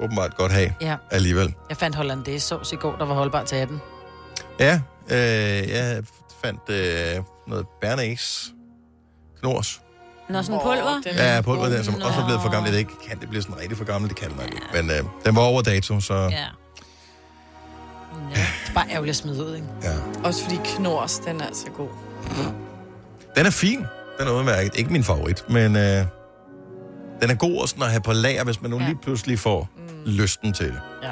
A: åbenbart godt have
E: Ja.
A: alligevel.
E: Jeg fandt hollandaise sovs i går, der var holdbar til 18.
A: Ja, øh, jeg fandt øh, noget bernæs, knors.
E: Mm.
R: Nå, sådan pulver?
A: Ja, pulver der, som også er blevet for gammel. Det ikke kan det blive sådan rigtig for gammel, det kan det nok ikke. Men øh, den var over dato, så...
E: Ja. Det er bare ærgerligt at smide ud, ikke?
A: Ja.
D: Også fordi knors, den er altså god.
A: Den er fin. Den er udmærket. Ikke min favorit, men øh, den er god også sådan at have på lager, hvis man nu ja. lige pludselig får mm. lysten til det.
E: Ja.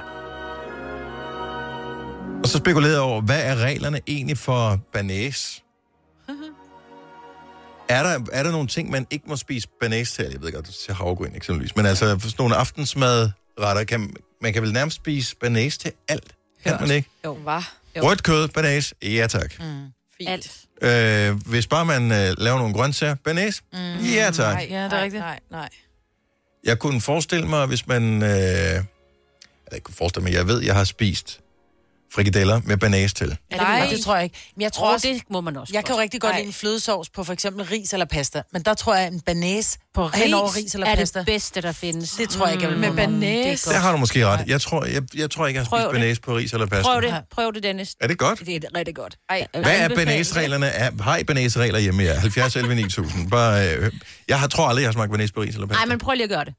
A: Og så spekulerede jeg over, hvad er reglerne egentlig for banæs? er, der, er der nogle ting, man ikke må spise banæs til? Jeg ved godt, til havgryn eksempelvis. Men altså, for sådan nogle aftensmadretter, kan, man kan vel nærmest spise banæs til alt? Kan man ikke?
D: Jo, var.
A: Rødt kød, banæs, ja tak.
D: Fint. Alt.
A: Øh, hvis bare man øh, laver nogle grøntsager, banæs, mm. ja tak.
D: Nej, ja, det er rigtigt. Nej, nej.
A: Jeg kunne forestille mig, hvis man... Øh, eller jeg kunne forestille mig, jeg ved, jeg har spist frikadeller med banæs til.
E: Nej, det tror jeg ikke. Men jeg tror
R: Åh,
E: også,
R: det må man også
E: Jeg kan jo
R: godt.
E: rigtig godt
R: Nej.
E: lide en flødesovs på for eksempel ris eller pasta, men der tror jeg en banæs på ris, hen over ris eller
R: er
E: pasta.
R: det bedste, der findes. Mm.
E: Det tror jeg ikke,
D: Mm.
E: jeg vil
R: med banæs.
A: Der har du måske ret. Jeg tror, jeg, jeg, tror ikke, jeg har
R: Prøv
A: spist
R: det.
A: banæs på ris eller pasta.
R: Prøv det, prøv det, Dennis.
A: Er det godt?
R: Det er rigtig godt. Ej,
A: Hvad er banæsreglerne? Er- Har I banæsregler hjemme her? 70 11 9000. Bare, øh, jeg har, tror aldrig, jeg har smagt banæs på ris eller pasta.
R: Nej, men prøv lige at gøre det.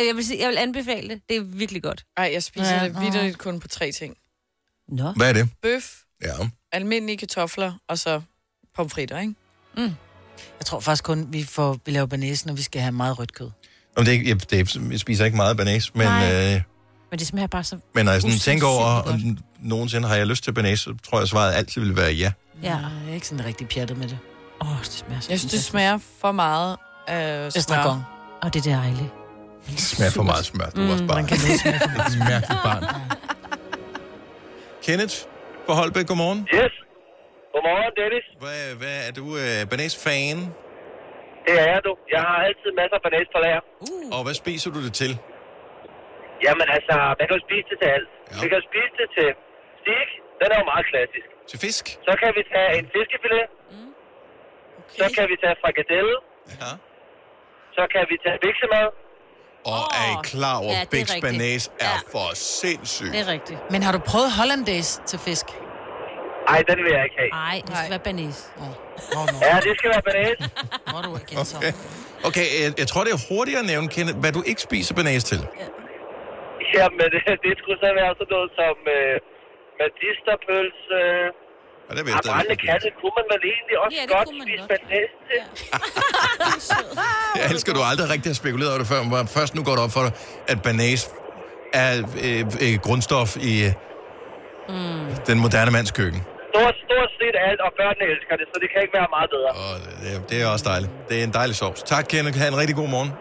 R: Øh, Jeg vil, sige, jeg vil anbefale det. Det er virkelig godt.
D: Ej, jeg spiser
R: Ja.
D: ja. det vidderligt kun på tre ting.
R: Nå.
A: Hvad er det?
D: Bøf,
A: Ja.
D: almindelige kartofler, og så pomfritter, ikke?
E: Jeg tror faktisk kun, vi, får, vi laver banæs, når vi skal have meget rødt kød.
A: Jamen, det, er ikke- jeg, det, er- jeg spiser ikke meget banæs, men,
E: Nej.
A: øh,
R: Men det smager bare så...
A: men når jeg sådan tænker over,
R: usandsynligt
A: om nogensinde har jeg lyst til banæs, så tror jeg, svaret altid vil være ja.
R: godt. Ja.
E: Jeg er ikke sådan rigtig pjattet med det. Åh, oh, det smager så
D: Jeg synes, det smager for meget af øh,
E: Estragon.
D: smør.
R: Og det er dejligt.
A: Det smager for meget smør. Du er også
E: Mm,
A: barn.
E: man kan
A: Det
E: nu smage for
A: er et mærkeligt barn. Kenneth fra Holbæk, godmorgen.
F: Yes. Godmorgen, Dennis.
A: Hvad, hvad er du øh, banæs-fan?
F: Det er jeg, du. Jeg har altid masser af banæs på lager.
A: Uh. Og hvad spiser du det til?
F: Jamen altså, man kan jo spise det til alt. Ja. Vi kan jo spise det til stik. Den er jo meget klassisk.
A: Til fisk?
F: Så kan vi tage en fiskefilet. Mm. Okay. Så kan vi tage frikadelle.
A: Ja.
F: Så kan vi tage biksemad.
A: Og oh. er I klar over,
E: Ja,
A: ja,
E: det er
A: Bix
E: rigtigt.
A: banæs er for sindssygt?
E: rigtigt. Men har du prøvet hollandaise til fisk?
S: Ej, den vil jeg ikke
F: Ah.
S: have.
C: Nej, det skal være banæs.
S: Ja, det skal være banæs.
C: Må du ikke
A: Okay,
E: altså.
A: okay jeg, jeg tror, det er hurtigere at nævne, Kenneth, hvad du ikke spiser banæs til.
S: Jamen, det, det skulle så være sådan noget som øh, medisterpølse.
A: Ja, det
S: ved jeg brændende katte kunne man vel egentlig også ja, godt spise banæs til.
A: Jeg elsker, at du aldrig rigtig har spekuleret over det før, men først nu går det op for dig, at banæs er øh, øh, grundstof i øh,
S: Mm.
A: den moderne mands køkken.
S: Stort, stort set alt, og børnene elsker det, så det kan ikke være meget bedre.
A: øh, Det er, det er også dejligt. Det er en dejlig sovs. Tak, Kenneth. Ha' en rigtig god morgen.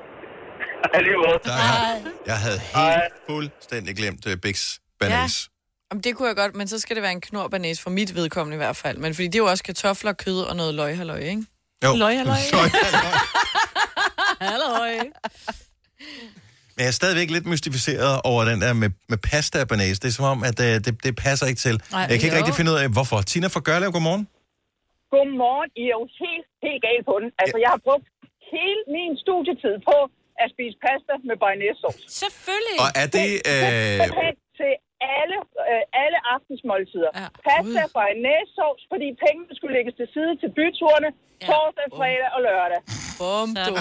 S: Hej.
A: Jeg havde helt fuldstændig glemt øh, Bix banæs.
D: Jamen, det kunne jeg godt, men så skal det være en knorbanæs for mit vedkommende i hvert fald. Men fordi det er jo også kartofler, kød og noget løg halløj, ikke?
A: Jo.
D: Løg halløj.
C: Halløj.
A: Men jeg er stadigvæk lidt mystificeret over den der med, med pasta banæs. Det er som om, at øh, det, det passer ikke til.
H: Nej,
A: Nej, jeg kan ikke
H: jo.
A: rigtig finde ud af, hvorfor. Tina fra Gørlev, godmorgen.
H: Godmorgen. I er jo helt, helt galt på den. Altså, jeg har brugt hele min studietid på at spise pasta med bearnaisesauce.
C: Selvfølgelig.
A: Og er det... Øh,
H: til alle, øh, alle aftensmåltider. Ja. Pasta, bearnaisesauce, fordi pengene skulle lægges til side til byturene ja. torsdag, fredag og lørdag.
D: Bum, du.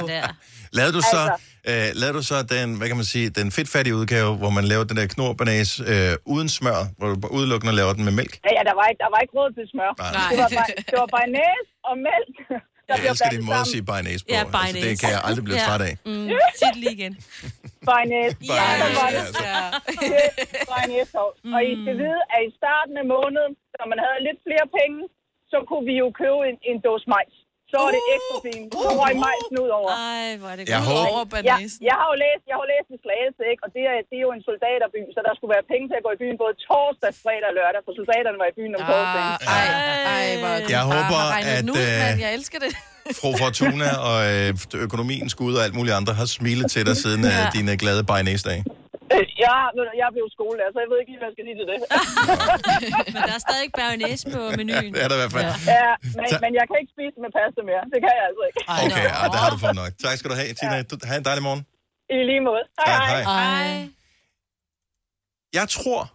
A: lavede, du så, øh, lavede du så den, hvad kan man sige, den fedtfattige udgave, hvor man laver den der knorbanæs øh, uden smør, hvor du udelukkende laver den med mælk?
H: Ja, ja, der var ikke, der var ikke råd til smør.
A: Nej.
H: Det var, bare, det var bearnaise og mælk. Der
A: Jeg
H: blev
A: elsker din
H: blandet
A: måde at
H: sammen.
A: sige bearnaise på. Altså, det kan jeg aldrig blive træt af.
H: Mm.
C: Sig det lige igen.
H: Bearnaise. Ja, der var det.
A: Bearnaise,
H: Bearnaise sovs. Og I skal vide, at i starten af måneden, når man havde lidt flere penge, så kunne vi jo købe en, en dåse majs. Så var det ekstra fint. Så røg majsen ud over.
D: Uh!
C: Ej, hvor er det
A: Jeg godt. håber- Ud over
H: jeg, jeg, har jo læst, jeg har jo læst i Slagelse, ikke? og det er, det er jo en soldaterby, så der skulle være penge til at gå i byen både torsdag, fredag og lørdag, for soldaterne var i byen om
D: Ah.
H: torsdagen.
D: Ej, ej, hvor du
A: Jeg
D: bare
A: håber,
D: har regnet
A: at,
D: den ud,
A: øh,
D: mand. Jeg elsker det.
A: Fru Fortuna og øh, økonomien, skud og alt muligt andre har smilet til dig siden
H: Ja.
A: ja. dine glade bearnaise-dage.
H: Øh, Ja, ved du, jeg blev skolelærer, så jeg ved ikke lige, hvad jeg skal sige til det.
C: Men der er stadig ikke bærenæs på menuen.
A: Det er der i hvert fald.
H: Ja, men, men jeg kan ikke spise med pasta mere. Det kan jeg altså ikke.
A: Okay, ja, der har du fået nok. Tak skal du have, Tina. Du, ha' en dejlig morgen.
H: I lige måde.
A: Tak,
H: Hej,
A: hej.
H: hej.
A: Jeg tror,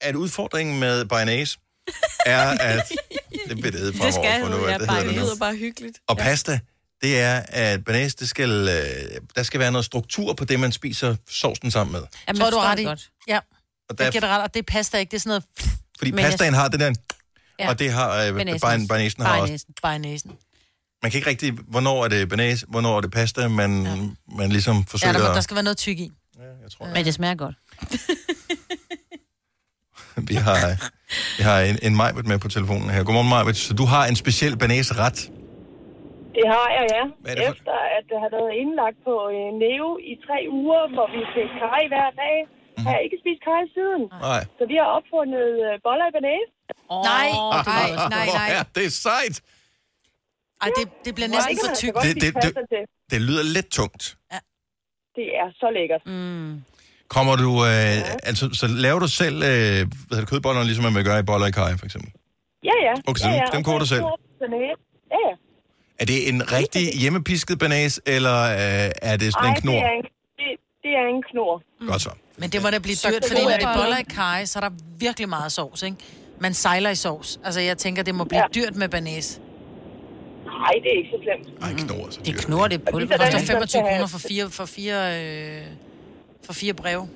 A: at udfordringen med bearnaise er, at... Det bliver det fra
D: Det skal
A: for
D: du,
A: nu.
D: ja,
A: at det hedder
D: bare
A: det
D: det
A: nu.
D: lyder bare hyggeligt.
A: Og pasta, det er, at bearnaise, det skal, øh, der skal være noget struktur på det, man spiser sovsen sammen med.
E: Jeg
C: Jamen,
E: tror, du
C: forstår
E: har
C: det
E: det.
C: godt.
E: Ja,
A: Og
E: det er
A: der,
E: generelt, og det passer ikke. Det er sådan noget...
A: fordi
E: Men jeg-
A: pastaen har det der...
E: Ja.
A: Og det har øh,
E: Bearnaisen
A: bearnaisen, bearnaisen har også.
E: Bearnaisen. Bearnaisen.
A: Man kan ikke rigtig... Hvornår er det bearnaise, hvornår er det pasta, man, ja. man ligesom
E: Ja,
A: forsøger...
E: der, må, der skal være noget tyk i.
A: jeg tror,
C: Men det smager godt.
A: Vi har, vi har en, en Majbet med på telefonen her. Godmorgen, Majbet. Så du har en speciel banæsret.
T: Det har jeg, ja.
A: Hvad er det for-
T: Efter at jeg har været indlagt på øh, Neo i tre uger, hvor vi fik kaj hver dag,
A: Mhm.
T: mm. har jeg ikke spist kaj siden.
A: Nej.
T: Så vi har opfundet øh, boller i banæs.
E: Oh, nej, nej, nej, nej.
A: Ja, det er sejt.
E: Ej, det, det bliver næsten for
T: altså
E: tykt.
A: Det, det, det, det lyder lidt tungt.
T: Det er så lækkert.
C: Mm.
A: Kommer du... Øh, altså, så laver du selv øh, hvad hedder det, kødbollerne, ligesom man vil gøre i boller i kaj, for eksempel?
T: Ja, ja.
A: Okay, så
T: ja,
A: dem-
T: ja.
A: dem
T: Og
A: koger du
T: så
A: selv?
T: en stor banæs. Ja, ja.
A: Er det en rigtig hjemmepisket banæs, eller øh, er det sådan
T: Ej,
A: en knor?
T: Det er en, det, det er en knor.
A: Godt så.
E: Men det må da blive
T: Så
E: dyrt,
T: kan
E: fordi
T: du
E: når det er
T: boller.
E: boller i kaj, så er der virkelig meget sovs, ikke? Man sejler i sovs. Altså, jeg tænker, det må blive dyrt med banæs.
T: Nej, det er ikke så slemt.
A: Ej, knor så
E: Det knor, det er pulver.
T: Og det er
E: Det
T: der,
E: koster
T: der skal
E: 25
T: have-
E: kroner for fire, for fire, øh, for fire breve.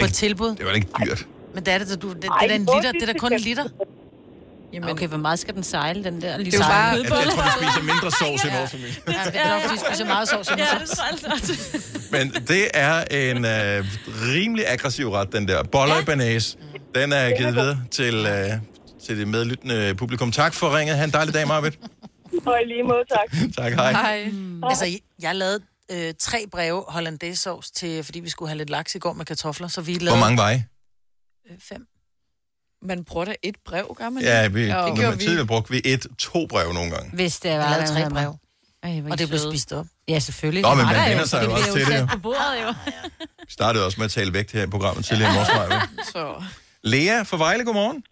E: På et tilbud.
A: Det var da ikke dyrt.
E: Men det er det, da, du, det, det
C: Ej,
E: er da en
C: hvor
E: liter. Det er da kun en liter.
C: Jamen. Okay, hvor meget skal den sejle, den der? Ligesom-
E: jo bare-
A: Jeg, Altså, jeg tror, vi spiser mindre sovs i vores familie.
E: Ja, det er nok, fordi vi spiser meget sovs.
C: Ja, det er sejlt.
A: Men det er en øh, rimelig aggressiv ret, den der. Boller ja. i banæs. Den er givet videre til, øh, til det medlyttende publikum. Tak for ringet. Ha' en dejlig dag, Marvitt.
T: Og i lige måde, tak.
A: tak, hej.
E: Mm. Altså, jeg- jeg lavede øh, tre breve hollandaisesauce til, fordi vi skulle have lidt laks i går med kartofler, så vi lavede...
A: Hvor mange veje?
E: Øh, fem.
D: Man bruger da et brev, gør man
A: Ja,
D: ikke?
A: vi,
D: Jo.
A: det gjorde vi. tidligere brugte vi et, to brev nogle gange.
C: Hvis det var...
E: Jeg lavede tre brev.
C: Ej,
E: Og det blev spist op.
C: Ja, selvfølgelig.
A: Nå,
C: Ah, Det
A: men
C: var
A: man
C: der
A: vender sig
C: så
A: jo også
C: blev
A: til det,
C: sat
A: jo.
C: på bordet, jo.
A: Vi startede også med at tale vægt her i programmet tidligere i morges. Maja.
D: Så.
A: Lea fra Vejle, godmorgen.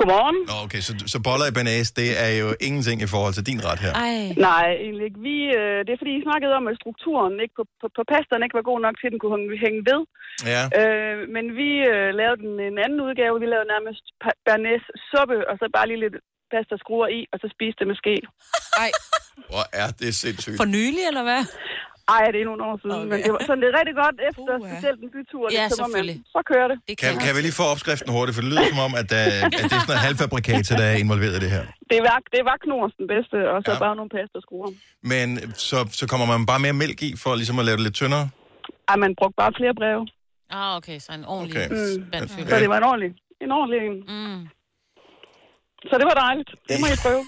U: Godmorgen.
A: Nå, okay, så, så boller i banæs, det er jo ingenting i forhold til din ret her.
U: Ej. Nej, egentlig ikke. Vi, øh, det er fordi, I snakkede om, at strukturen ikke på, på, på pastaen ikke var god nok til, at den kunne hænge- hænge ved.
A: Ja.
U: Øh, men vi øh, lavede en, en anden udgave. Vi lavede nærmest pa- bearnaise suppe, og så bare lige lidt
H: pasta skruer i, og så spise det med ske.
D: Nej.
A: Hvor er det sindssygt.
H: nylig, eller hvad? Ej, det er nogle år siden, okay. men det var sådan, det er rigtig godt efter, specielt en bytur.
D: Ja,
H: det, så, var man,
D: selvfølgelig.
H: så kører det.
A: Kan, kan vi lige få opskriften hurtigt, for det lyder som om, at, der, at det er sådan noget halvfabrikat, der er involveret i det her.
H: Det var, det var Knors den bedste, og så ja. bare nogle pasta skruer.
A: Men så, så kommer man bare mere mælk i, for ligesom at lave det lidt tyndere?
H: Ej, man brugte bare flere breve.
C: Ah, okay, så en ordentlig
A: Okay.
C: okay.
H: Så det var en ordentlig, en ordentlig en. Mm. Så det var dejligt. Det må I prøve.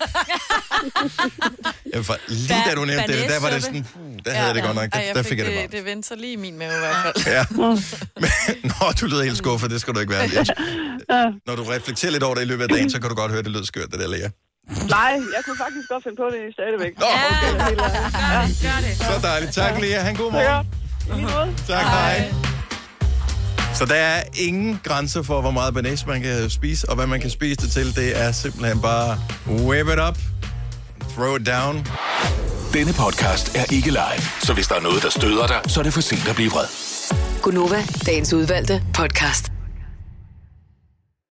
A: Ja, for lige da du nævnte det, der var det sådan, puh, der havde jeg det godt nok,
D: Ej,
A: der, der fik jeg det
D: det, det vendte sig lige i min mave i hvert fald.
A: bare. Ja. Men, nå, du lyder helt skuffet, det skal du ikke være. Jeg- Når du reflekterer lidt over det i løbet af dagen, så kan du godt høre, at det lød skørt, det der læger.
H: Nej, jeg kunne faktisk godt finde på det stadigvæk.
A: Nå,
H: okay. Ja.
A: Så dejligt. Tak, Lea. Han god morgen. Tak, hej. Så der er ingen grænser for, hvor meget banæs man kan spise, og hvad man kan spise det til. Det er simpelthen bare whip it up, throw it down.
V: Denne podcast er ikke live, så hvis der er noget, der støder dig, så er det for sent at blive vred.
E: Gunova, dagens udvalgte podcast.